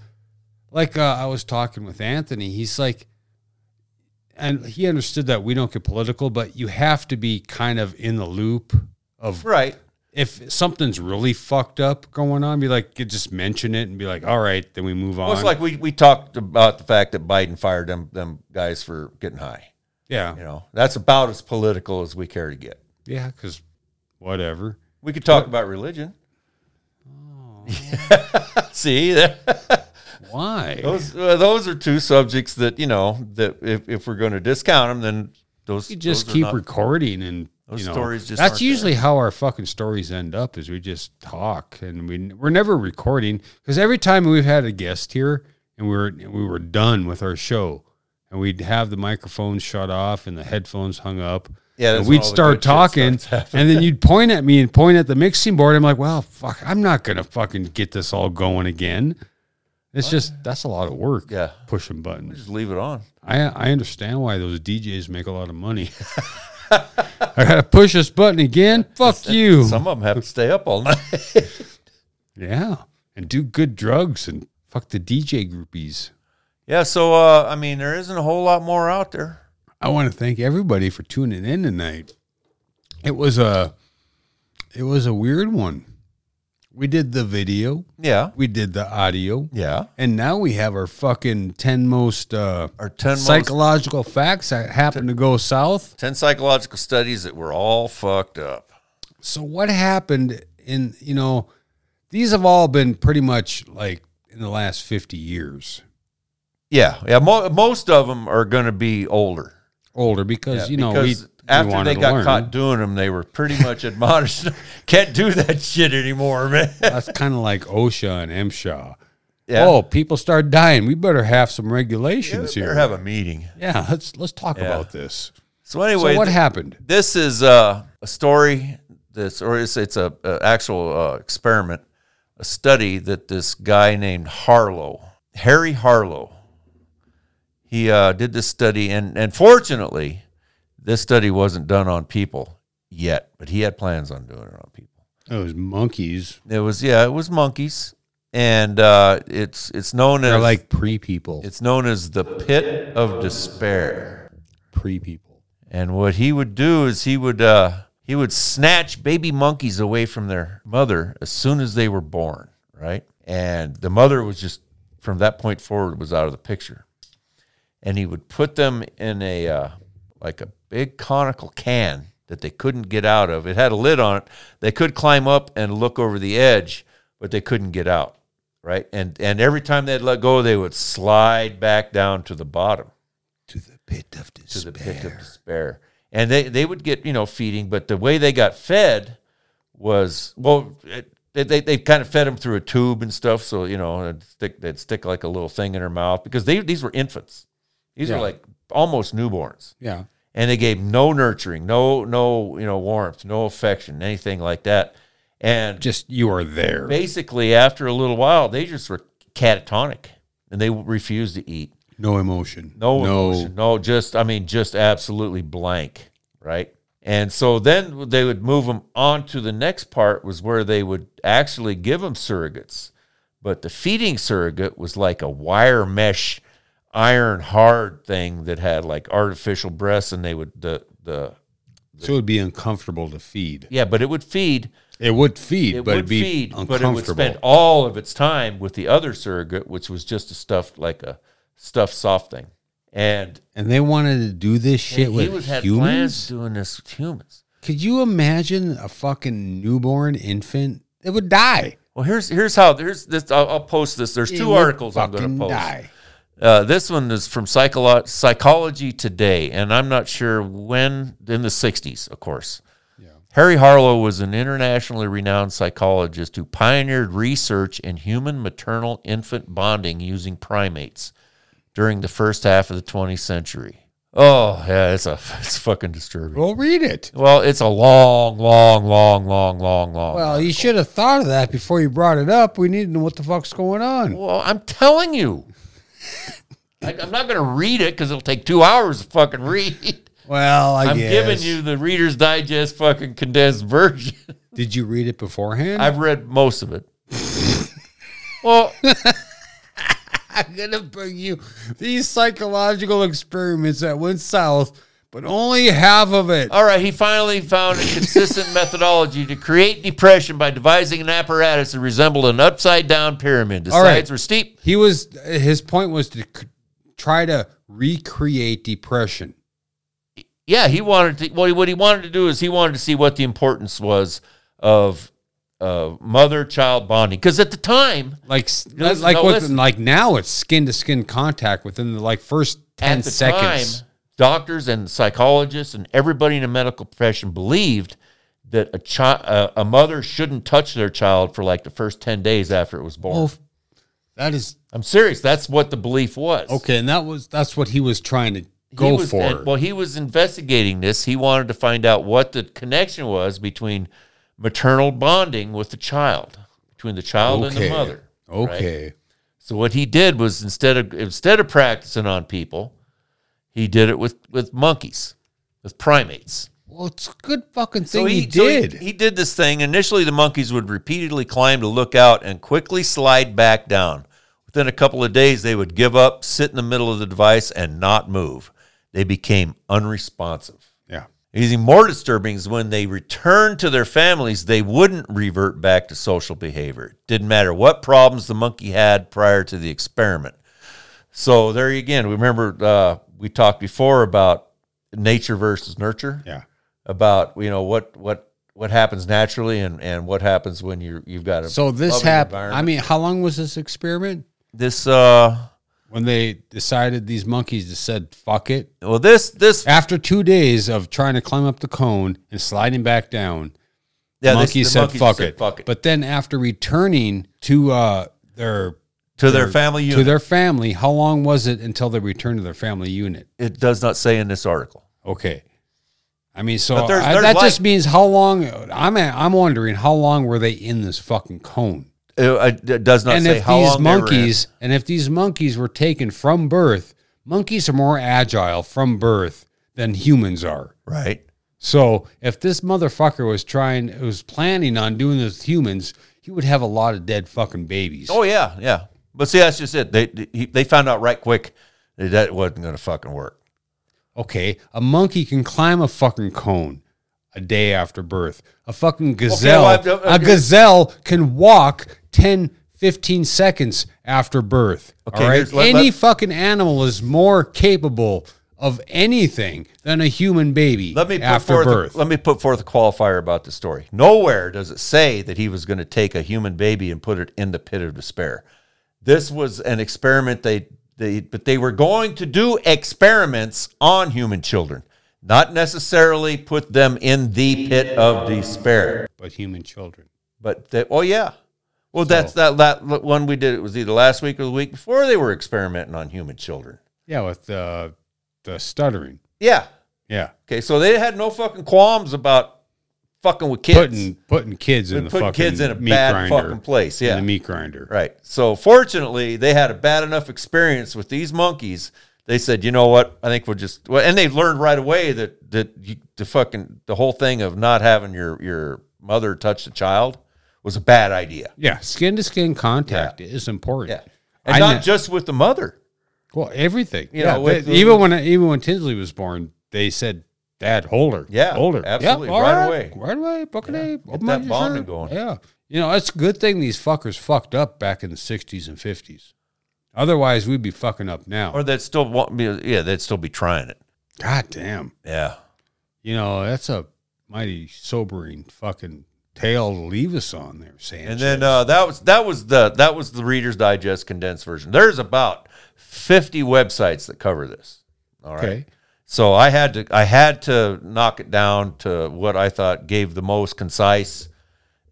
[SPEAKER 1] like uh, i was talking with anthony he's like and he understood that we don't get political but you have to be kind of in the loop of
[SPEAKER 2] Right.
[SPEAKER 1] if something's really fucked up going on be like you just mention it and be like all right then we move on
[SPEAKER 2] Well, it's like we, we talked about the fact that Biden fired them them guys for getting high.
[SPEAKER 1] yeah
[SPEAKER 2] You know, that's about as political as we care to get.
[SPEAKER 1] yeah because whatever
[SPEAKER 2] We could talk about religion. See, that-
[SPEAKER 1] why
[SPEAKER 2] those uh, those are two subjects that you know that if, if we're going to discount them, then those
[SPEAKER 1] you just
[SPEAKER 2] those are
[SPEAKER 1] keep
[SPEAKER 2] not-
[SPEAKER 1] recording and
[SPEAKER 2] those
[SPEAKER 1] you know,
[SPEAKER 2] stories just
[SPEAKER 1] that's
[SPEAKER 2] aren't
[SPEAKER 1] usually how our fucking stories end up is we just talk and we we're never recording because every time we've had a guest here and we were we were done with our show and we'd have the microphones shut off and the headphones hung up
[SPEAKER 2] Yeah, that's
[SPEAKER 1] and
[SPEAKER 2] when
[SPEAKER 1] we'd
[SPEAKER 2] all the
[SPEAKER 1] start
[SPEAKER 2] good shit
[SPEAKER 1] talking
[SPEAKER 2] starts happening.
[SPEAKER 1] and then you'd point at me and point at the mixing board I'm like well fuck I'm not gonna fucking get this all going again it's just that's a lot of work
[SPEAKER 2] Yeah.
[SPEAKER 1] pushing buttons
[SPEAKER 2] just leave it on.
[SPEAKER 1] I I understand why those DJs make a lot of money. I gotta push this button again. Fuck you.
[SPEAKER 2] Some of them have to stay up all night.
[SPEAKER 1] yeah, and do good drugs and fuck the DJ groupies.
[SPEAKER 2] yeah, so uh, I mean, there isn't a whole lot more out there.
[SPEAKER 1] I want to thank everybody for tuning in tonight. It was a it was a weird one. We did the video,
[SPEAKER 2] Yeah,
[SPEAKER 1] we did the audio,
[SPEAKER 2] yeah.
[SPEAKER 1] and now we have our fucking ten most uh,
[SPEAKER 2] Our ten most,
[SPEAKER 1] psychological facts that happen to go south.
[SPEAKER 2] ten psychological studies that were all fucked up.
[SPEAKER 1] so what happened in you know these have all been pretty much like in the last 50 years
[SPEAKER 2] Yeah, yeah. Mo- most of them are going to be older.
[SPEAKER 1] older because
[SPEAKER 2] Yeah,
[SPEAKER 1] you know
[SPEAKER 2] because
[SPEAKER 1] we, we
[SPEAKER 2] after
[SPEAKER 1] Oh, wanted
[SPEAKER 2] they
[SPEAKER 1] to
[SPEAKER 2] got
[SPEAKER 1] learn.
[SPEAKER 2] caught doing them, they were pretty much admonished. Can't do that shit anymore, man.
[SPEAKER 1] that's kind of like osha and msha
[SPEAKER 2] Yeah.
[SPEAKER 1] oh people start dying we better have some regulations
[SPEAKER 2] Better
[SPEAKER 1] here
[SPEAKER 2] have a meeting.
[SPEAKER 1] yeah let's let's talk about this
[SPEAKER 2] So anyway,
[SPEAKER 1] so what
[SPEAKER 2] th-
[SPEAKER 1] happened
[SPEAKER 2] this is uh, a story that's, or it's it's a, a actual uh, experiment, a study that this guy named Harlow, Harry Harlow, he uh, did this study, and and fortunately, this study wasn't done on people yet, but he had plans on doing it on people.
[SPEAKER 1] it was monkeys
[SPEAKER 2] It was yeah, it was monkeys, and uh, it's it's known
[SPEAKER 1] they're
[SPEAKER 2] as
[SPEAKER 1] like pre people
[SPEAKER 2] it's known as the pit of despair.
[SPEAKER 1] pre people
[SPEAKER 2] And what he would do is he would uh, he would snatch baby monkeys away from their mother as soon as they were born, right? And the mother was just from that point forward was out of the picture, and he would put them in a uh, like a big conical can that they couldn't get out of. It had a lid on it. They could climb up and look over the edge, but they couldn't get out, right? And and every time they'd let go, they would slide back down to the bottom
[SPEAKER 1] to the pit of
[SPEAKER 2] to the
[SPEAKER 1] despair
[SPEAKER 2] pit of despair. And they, they would get, you know, feeding, but the way they got fed was, well, it, they, they, they kind of fed them through a tube and stuff. So, you know, they'd stick, they'd stick like a little thing in their mouth because they, these were infants. These
[SPEAKER 1] Yeah.
[SPEAKER 2] are like almost newborns.
[SPEAKER 1] yeah
[SPEAKER 2] And they gave no nurturing, no, no, you know, warmth, no affection, anything like that. And
[SPEAKER 1] just you are there
[SPEAKER 2] basically, after a little while, they just were catatonic and they refused to eat
[SPEAKER 1] no emotion
[SPEAKER 2] no, emotion, no, just I mean, just absolutely blank, right? And so then they would move them on to the next part was where they would actually give them surrogates, but the feeding surrogate was like a wire mesh, iron hard thing that had like artificial breasts, and they would the the
[SPEAKER 1] so it would be uncomfortable to feed
[SPEAKER 2] yeah, but it would feed,
[SPEAKER 1] It would feed,
[SPEAKER 2] it
[SPEAKER 1] but
[SPEAKER 2] would
[SPEAKER 1] it'd be
[SPEAKER 2] feed,
[SPEAKER 1] uncomfortable.
[SPEAKER 2] but it would spend all of its time with the other surrogate, which was just a stuffed like a stuffed soft thing. And
[SPEAKER 1] and they wanted to do this shit
[SPEAKER 2] he
[SPEAKER 1] with
[SPEAKER 2] was had plans
[SPEAKER 1] humans.
[SPEAKER 2] doing this with humans.
[SPEAKER 1] Could you imagine a fucking newborn infant? It would die.
[SPEAKER 2] Well, here's here's how there's this. I'll, I'll post this. There's
[SPEAKER 1] It
[SPEAKER 2] two
[SPEAKER 1] would
[SPEAKER 2] articles I'm going
[SPEAKER 1] fucking
[SPEAKER 2] to post.
[SPEAKER 1] die.
[SPEAKER 2] Uh, this one is from Psycholo- Psychology Today, and I'm not sure when, in the 60s, of course. Harry Harlow was an internationally renowned psychologist who pioneered research in human maternal infant bonding using primates during the first half of the 20th century. Oh, yeah, it's a it's fucking disturbing.
[SPEAKER 1] Well, read it.
[SPEAKER 2] Well, it's a long, long, long, long, long, long.
[SPEAKER 1] Well, you should have thought of that before you brought it up. We need to know what the fuck's going on.
[SPEAKER 2] Well, I'm telling you. I, I'm not going to read it because it'll take two hours to fucking read.
[SPEAKER 1] Well, I
[SPEAKER 2] I'm
[SPEAKER 1] guess.
[SPEAKER 2] giving you the Reader's Digest fucking condensed version.
[SPEAKER 1] Did you read it beforehand?
[SPEAKER 2] I've read most of it. well,
[SPEAKER 1] I'm gonna bring you these psychological experiments that went south, but only half of it.
[SPEAKER 2] all right. He finally found a consistent methodology to create depression by devising an apparatus that resembled an upside down pyramid. The
[SPEAKER 1] All right.
[SPEAKER 2] sides were steep.
[SPEAKER 1] He was his point was to c- try to recreate depression.
[SPEAKER 2] Yeah, he wanted to. Well, what he wanted to do is he wanted to see what the importance was of uh, mother child bonding. Because at the time,
[SPEAKER 1] Like s-
[SPEAKER 2] No, listen,
[SPEAKER 1] like
[SPEAKER 2] no,
[SPEAKER 1] with-
[SPEAKER 2] listen.
[SPEAKER 1] like now it's skin to skin contact within the like first
[SPEAKER 2] at
[SPEAKER 1] ten
[SPEAKER 2] the
[SPEAKER 1] seconds.
[SPEAKER 2] time, doctors and psychologists and everybody in the medical profession believed that a child, uh, a mother shouldn't touch their child for like the first ten days after it was born.
[SPEAKER 1] Oh, f- that is
[SPEAKER 2] I'm serious. That's what the belief was.
[SPEAKER 1] okay, and that was that's what he was trying to
[SPEAKER 2] He
[SPEAKER 1] go
[SPEAKER 2] was-
[SPEAKER 1] for.
[SPEAKER 2] and- well, he was investigating this. He wanted to find out what the connection was between maternal bonding with the child, between the child and the
[SPEAKER 1] Okay.
[SPEAKER 2] mother. right?
[SPEAKER 1] okay,
[SPEAKER 2] So what he did was instead of instead of practicing on people, he did it with with monkeys, with primates.
[SPEAKER 1] well, it's a good fucking thing
[SPEAKER 2] So
[SPEAKER 1] he,
[SPEAKER 2] so
[SPEAKER 1] did.
[SPEAKER 2] he, did this thing. Initially, the monkeys would repeatedly climb to look out and quickly slide back down. Within a couple of days, they would give up, sit in the middle of the device, and not move. They became unresponsive.
[SPEAKER 1] yeah,
[SPEAKER 2] Even more disturbing is when they returned to their families, they wouldn't revert back to social behavior. It didn't matter what problems the monkey had prior to the experiment. So there you again. Remember uh, we talked before about nature versus nurture
[SPEAKER 1] yeah.
[SPEAKER 2] about you know what what what happens naturally and and what happens when you you've got a
[SPEAKER 1] So this
[SPEAKER 2] loving
[SPEAKER 1] happened. I
[SPEAKER 2] environment.
[SPEAKER 1] mean, how long was this experiment?
[SPEAKER 2] this uh
[SPEAKER 1] when they decided these monkeys just said fuck it
[SPEAKER 2] well this this
[SPEAKER 1] after two days of trying to climb up the cone and sliding back down
[SPEAKER 2] yeah, this-
[SPEAKER 1] monkeys
[SPEAKER 2] the
[SPEAKER 1] said,
[SPEAKER 2] monkeys
[SPEAKER 1] fuck,
[SPEAKER 2] said,
[SPEAKER 1] it. but then after returning to uh their
[SPEAKER 2] to their, family
[SPEAKER 1] to
[SPEAKER 2] unit
[SPEAKER 1] their family how long was it until they returned to their family unit
[SPEAKER 2] it does not say in this article
[SPEAKER 1] okay i mean so
[SPEAKER 2] But there's-
[SPEAKER 1] I-
[SPEAKER 2] there's
[SPEAKER 1] that
[SPEAKER 2] light.
[SPEAKER 1] just means how long i'm at, i'm wondering how long were they in this fucking cone
[SPEAKER 2] it, it- it does not
[SPEAKER 1] and
[SPEAKER 2] say
[SPEAKER 1] if
[SPEAKER 2] how
[SPEAKER 1] these
[SPEAKER 2] long they were in.
[SPEAKER 1] monkeys and if these monkeys were taken from birth monkeys are more agile from birth than humans are
[SPEAKER 2] right
[SPEAKER 1] So if this motherfucker was trying, was planning on doing this with humans, he would have a lot of dead fucking babies.
[SPEAKER 2] oh yeah yeah but see that's just it they they they found out right quick that that wasn't going to fucking work
[SPEAKER 1] Okay, a monkey can climb a fucking cone a day after birth. A fucking
[SPEAKER 2] well,
[SPEAKER 1] gazelle,
[SPEAKER 2] I've- I've-
[SPEAKER 1] a gazelle can walk 10, 15 seconds after birth.
[SPEAKER 2] Okay,
[SPEAKER 1] all right,
[SPEAKER 2] here's- let-
[SPEAKER 1] any
[SPEAKER 2] let-
[SPEAKER 1] fucking animal is more capable of anything than a human baby.
[SPEAKER 2] Let me put
[SPEAKER 1] after
[SPEAKER 2] forth
[SPEAKER 1] birth.
[SPEAKER 2] A, let me put forth a qualifier about the story. Nowhere does it say that he was going to take a human baby and put it in the pit of despair. This was an experiment they they but they were going to do experiments on human children, not necessarily put them in the pit of despair.
[SPEAKER 1] but human children.
[SPEAKER 2] But they, oh yeah. Well, that's that, that one we did. It was either last week or the week before they were experimenting on human children.
[SPEAKER 1] Yeah, with the the stuttering.
[SPEAKER 2] Yeah.
[SPEAKER 1] Yeah.
[SPEAKER 2] Okay. So they had no fucking qualms about fucking with kids.
[SPEAKER 1] putting putting kids in the
[SPEAKER 2] putting
[SPEAKER 1] fucking
[SPEAKER 2] kids in a
[SPEAKER 1] meat
[SPEAKER 2] bad
[SPEAKER 1] grinder,
[SPEAKER 2] fucking place.
[SPEAKER 1] in
[SPEAKER 2] Yeah,
[SPEAKER 1] the meat grinder.
[SPEAKER 2] right. So fortunately, they had a bad enough experience with these monkeys. They said, you know what? I think we'll just. Well, and they learned right away that that you, the fucking the whole thing of not having your your mother touch the child was a bad idea.
[SPEAKER 1] Yeah, skin to skin contact is important.
[SPEAKER 2] Yeah, and
[SPEAKER 1] I
[SPEAKER 2] not
[SPEAKER 1] kn-
[SPEAKER 2] just with the mother.
[SPEAKER 1] well everything.
[SPEAKER 2] You
[SPEAKER 1] yeah,
[SPEAKER 2] know, with
[SPEAKER 1] they-
[SPEAKER 2] the-
[SPEAKER 1] even when even when Tinsley was born, they said, "Dad, hold her."
[SPEAKER 2] Yeah,
[SPEAKER 1] hold her.
[SPEAKER 2] absolutely,
[SPEAKER 1] Yep, all
[SPEAKER 2] right
[SPEAKER 1] right
[SPEAKER 2] away.
[SPEAKER 1] Right away. Buck it up, open
[SPEAKER 2] that
[SPEAKER 1] up your
[SPEAKER 2] bonding
[SPEAKER 1] shirt.
[SPEAKER 2] going.
[SPEAKER 1] Yeah, you know it's a good thing these fuckers fucked up back in the '60s and '50s. Otherwise, we'd be fucking up now.
[SPEAKER 2] Or they'd still want me. Yeah, they'd still be trying it.
[SPEAKER 1] God damn.
[SPEAKER 2] Yeah.
[SPEAKER 1] You know, that's a mighty sobering fucking tale to leave us on there, Sanchez.
[SPEAKER 2] And then uh, that was that was the that was the Reader's Digest condensed version. There's about fifty websites that cover this. All right.
[SPEAKER 1] Okay.
[SPEAKER 2] So I had to I had to knock it down to what I thought gave the most concise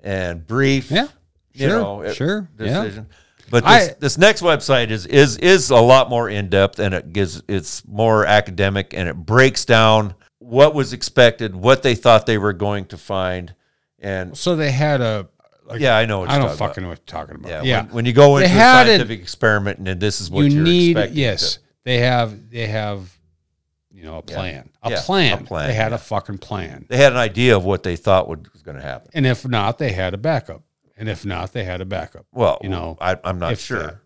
[SPEAKER 2] and brief.
[SPEAKER 1] Yeah.
[SPEAKER 2] You
[SPEAKER 1] Sure,
[SPEAKER 2] know, it-
[SPEAKER 1] sure, yeah.
[SPEAKER 2] Decision. But this,
[SPEAKER 1] I-
[SPEAKER 2] this next website is is is a lot more in depth and it gives it's more academic and it breaks down what was expected, what they thought they were going to find, and
[SPEAKER 1] so they had a. Like,
[SPEAKER 2] yeah, I know. What
[SPEAKER 1] I
[SPEAKER 2] you're
[SPEAKER 1] don't
[SPEAKER 2] talking about.
[SPEAKER 1] fucking know what you're talking about.
[SPEAKER 2] Yeah,
[SPEAKER 1] Yeah.
[SPEAKER 2] When, when you go
[SPEAKER 1] They
[SPEAKER 2] into a
[SPEAKER 1] had it-
[SPEAKER 2] scientific experiment and then this is what
[SPEAKER 1] you
[SPEAKER 2] are
[SPEAKER 1] need
[SPEAKER 2] expecting.
[SPEAKER 1] yes
[SPEAKER 2] to-
[SPEAKER 1] they have they have you know a plan a
[SPEAKER 2] Yeah, a
[SPEAKER 1] plan
[SPEAKER 2] plan,
[SPEAKER 1] they had
[SPEAKER 2] yeah.
[SPEAKER 1] a fucking plan
[SPEAKER 2] they had an idea of what they thought would, was going to happen.
[SPEAKER 1] and if not they had a backup and if not they had a backup
[SPEAKER 2] Well,
[SPEAKER 1] you know
[SPEAKER 2] I, I'm not
[SPEAKER 1] if
[SPEAKER 2] sure
[SPEAKER 1] that-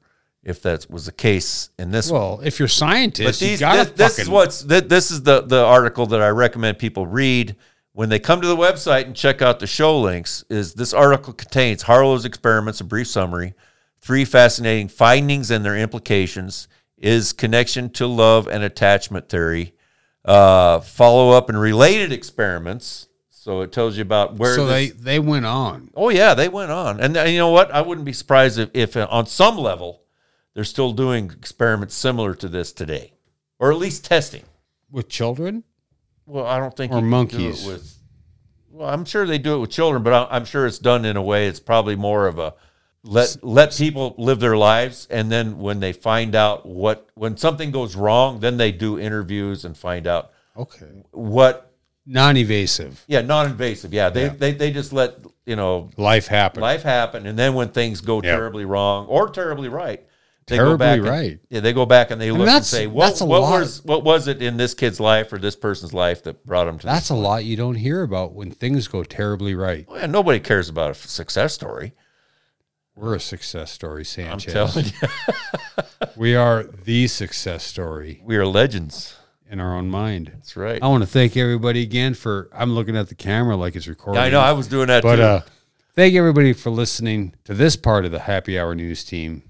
[SPEAKER 2] if that was the case in this. one.
[SPEAKER 1] well if you're scientists
[SPEAKER 2] but
[SPEAKER 1] you
[SPEAKER 2] these,
[SPEAKER 1] gotta
[SPEAKER 2] this, this is
[SPEAKER 1] fucking-
[SPEAKER 2] what's thi- this is the the article that I recommend people read when they come to the website and check out the show links. Is this article contains Harlow's experiments, a brief summary, three fascinating findings and their implications, is connection to love and attachment theory, uh, follow up and related experiments. So it tells you about where
[SPEAKER 1] so
[SPEAKER 2] this-
[SPEAKER 1] they they went on
[SPEAKER 2] Oh yeah, they went on, and, and you know what? I wouldn't be surprised if, if uh, on some level they're still doing experiments similar to this today, or at least testing.
[SPEAKER 1] with children
[SPEAKER 2] Well, I don't think
[SPEAKER 1] Or
[SPEAKER 2] you can
[SPEAKER 1] monkeys.
[SPEAKER 2] do it with. Well, I'm sure they do it with children, but I- I'm sure it's done in a way. It's probably more of a let let people live their lives, and then when they find out what when something goes wrong, then they do interviews and find out
[SPEAKER 1] okay
[SPEAKER 2] what.
[SPEAKER 1] non-evasive
[SPEAKER 2] Yeah, non-invasive. Yeah, they They, they just let you know
[SPEAKER 1] life happened
[SPEAKER 2] life happened, and then when things go
[SPEAKER 1] Yeah.
[SPEAKER 2] terribly wrong or terribly right, they go
[SPEAKER 1] Terribly
[SPEAKER 2] back and-
[SPEAKER 1] right.
[SPEAKER 2] yeah, they go back and they look and
[SPEAKER 1] that's-
[SPEAKER 2] say, "What,
[SPEAKER 1] that's a
[SPEAKER 2] what
[SPEAKER 1] lot.
[SPEAKER 2] was what was it in this kid's life or this person's life that brought him to?"
[SPEAKER 1] that's a lot you don't hear about when things go terribly right
[SPEAKER 2] Well, yeah, nobody cares about a f- success story.
[SPEAKER 1] we're a success story
[SPEAKER 2] I'm
[SPEAKER 1] sanchez
[SPEAKER 2] telling you,
[SPEAKER 1] we are the success story
[SPEAKER 2] we are legends.
[SPEAKER 1] in our own mind
[SPEAKER 2] That's right.
[SPEAKER 1] I want to thank everybody again for. I'm looking at the camera like it's recording.
[SPEAKER 2] Yeah, I know. I was doing that
[SPEAKER 1] but
[SPEAKER 2] too.
[SPEAKER 1] uh, thank everybody for listening to this part of the Happy Hour News Team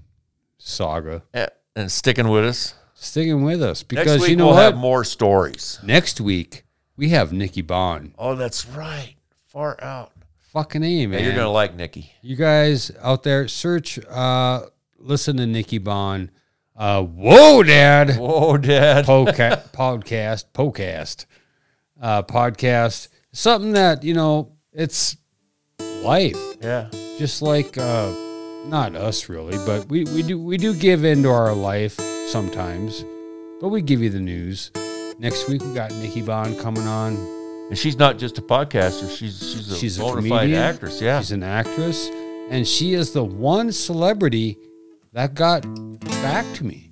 [SPEAKER 1] saga.
[SPEAKER 2] Yeah, and sticking with us.
[SPEAKER 1] Sticking with us because
[SPEAKER 2] Next week
[SPEAKER 1] you know
[SPEAKER 2] we'll
[SPEAKER 1] what?
[SPEAKER 2] have more stories.
[SPEAKER 1] Next week we have Nikki Bond.
[SPEAKER 2] Oh, that's right. Far out.
[SPEAKER 1] Fucking a man.
[SPEAKER 2] Yeah, you're gonna like Nikki.
[SPEAKER 1] you guys out there, search, uh, listen to Nikki Bond. Uh, whoa, Dad.
[SPEAKER 2] Whoa, Oh, Dad.
[SPEAKER 1] Podca- podcast, podcast, uh, podcast. Something that you know, it's life.
[SPEAKER 2] Yeah.
[SPEAKER 1] just like uh, not us really, but we, we do we do give into our life sometimes, but we give you the news. Next week we got Nikki Bond coming on.
[SPEAKER 2] And she's not just a podcaster. She's she's a
[SPEAKER 1] She's a
[SPEAKER 2] bona fide
[SPEAKER 1] comedian.
[SPEAKER 2] actress. Yeah.
[SPEAKER 1] She's an actress, and she is the one celebrity that got back to me.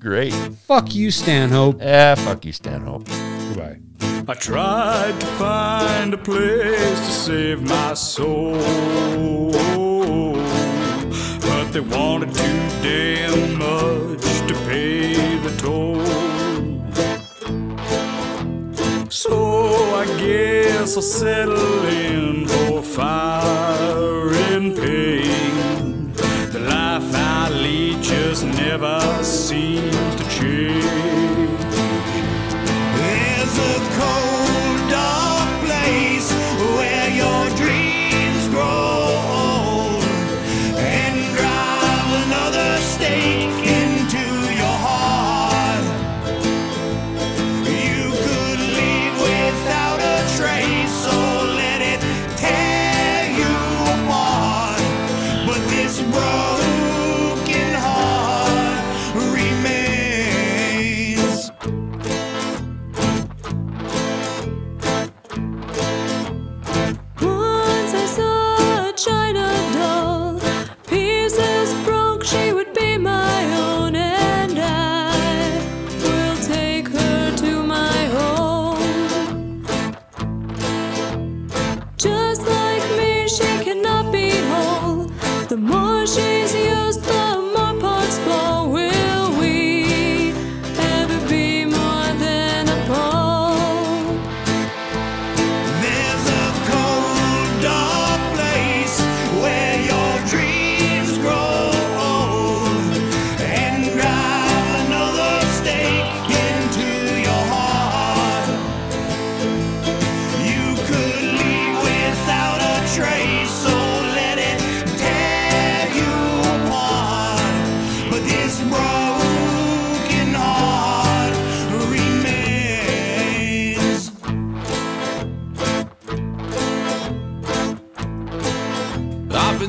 [SPEAKER 2] Great.
[SPEAKER 1] Fuck you, Stanhope.
[SPEAKER 2] Ah, fuck you, Stanhope.
[SPEAKER 1] Goodbye.
[SPEAKER 5] I tried to find a place to save my soul. But they wanted too damn much to pay the toll. So I guess I'll settle in for fire and pain. The life I lead just never seems to change. There's a cold, dark place where your dreams grow old and drive another stake into your heart. You could leave without a trace, so let it tear you apart. But this broken heart remains.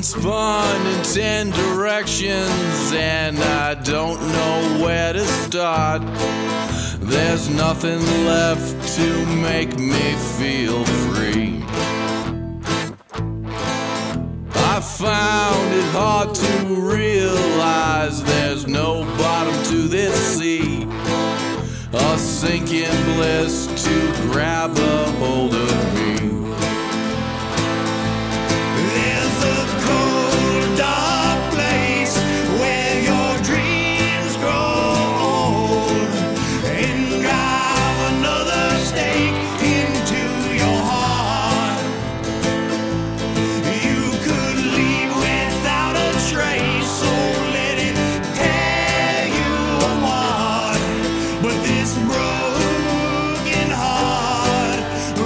[SPEAKER 13] spun in ten directions, and I don't know where to start. There's nothing left to make me feel free. I found it hard to realize there's no bottom to this sea. A sinking bliss to grab a hold of me.
[SPEAKER 14] There's a cold, dark place where your dreams grow old, and drive another stake into your heart. You could leave without a trace, so let it tear you apart. But this broken heart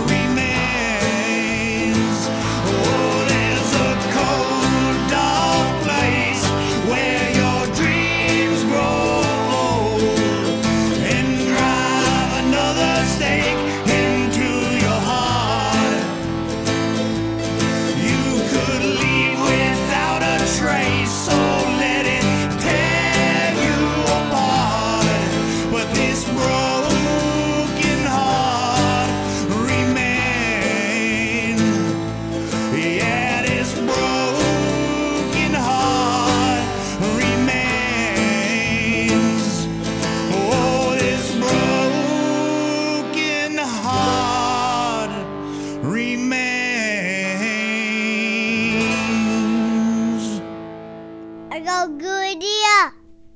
[SPEAKER 14] remains. Oh, there's a cold, dark place where your dreams grow old and drive another stake into your heart. You could leave without a trace, so let it tear you apart. But this broken heart remains. Yeah. Oh,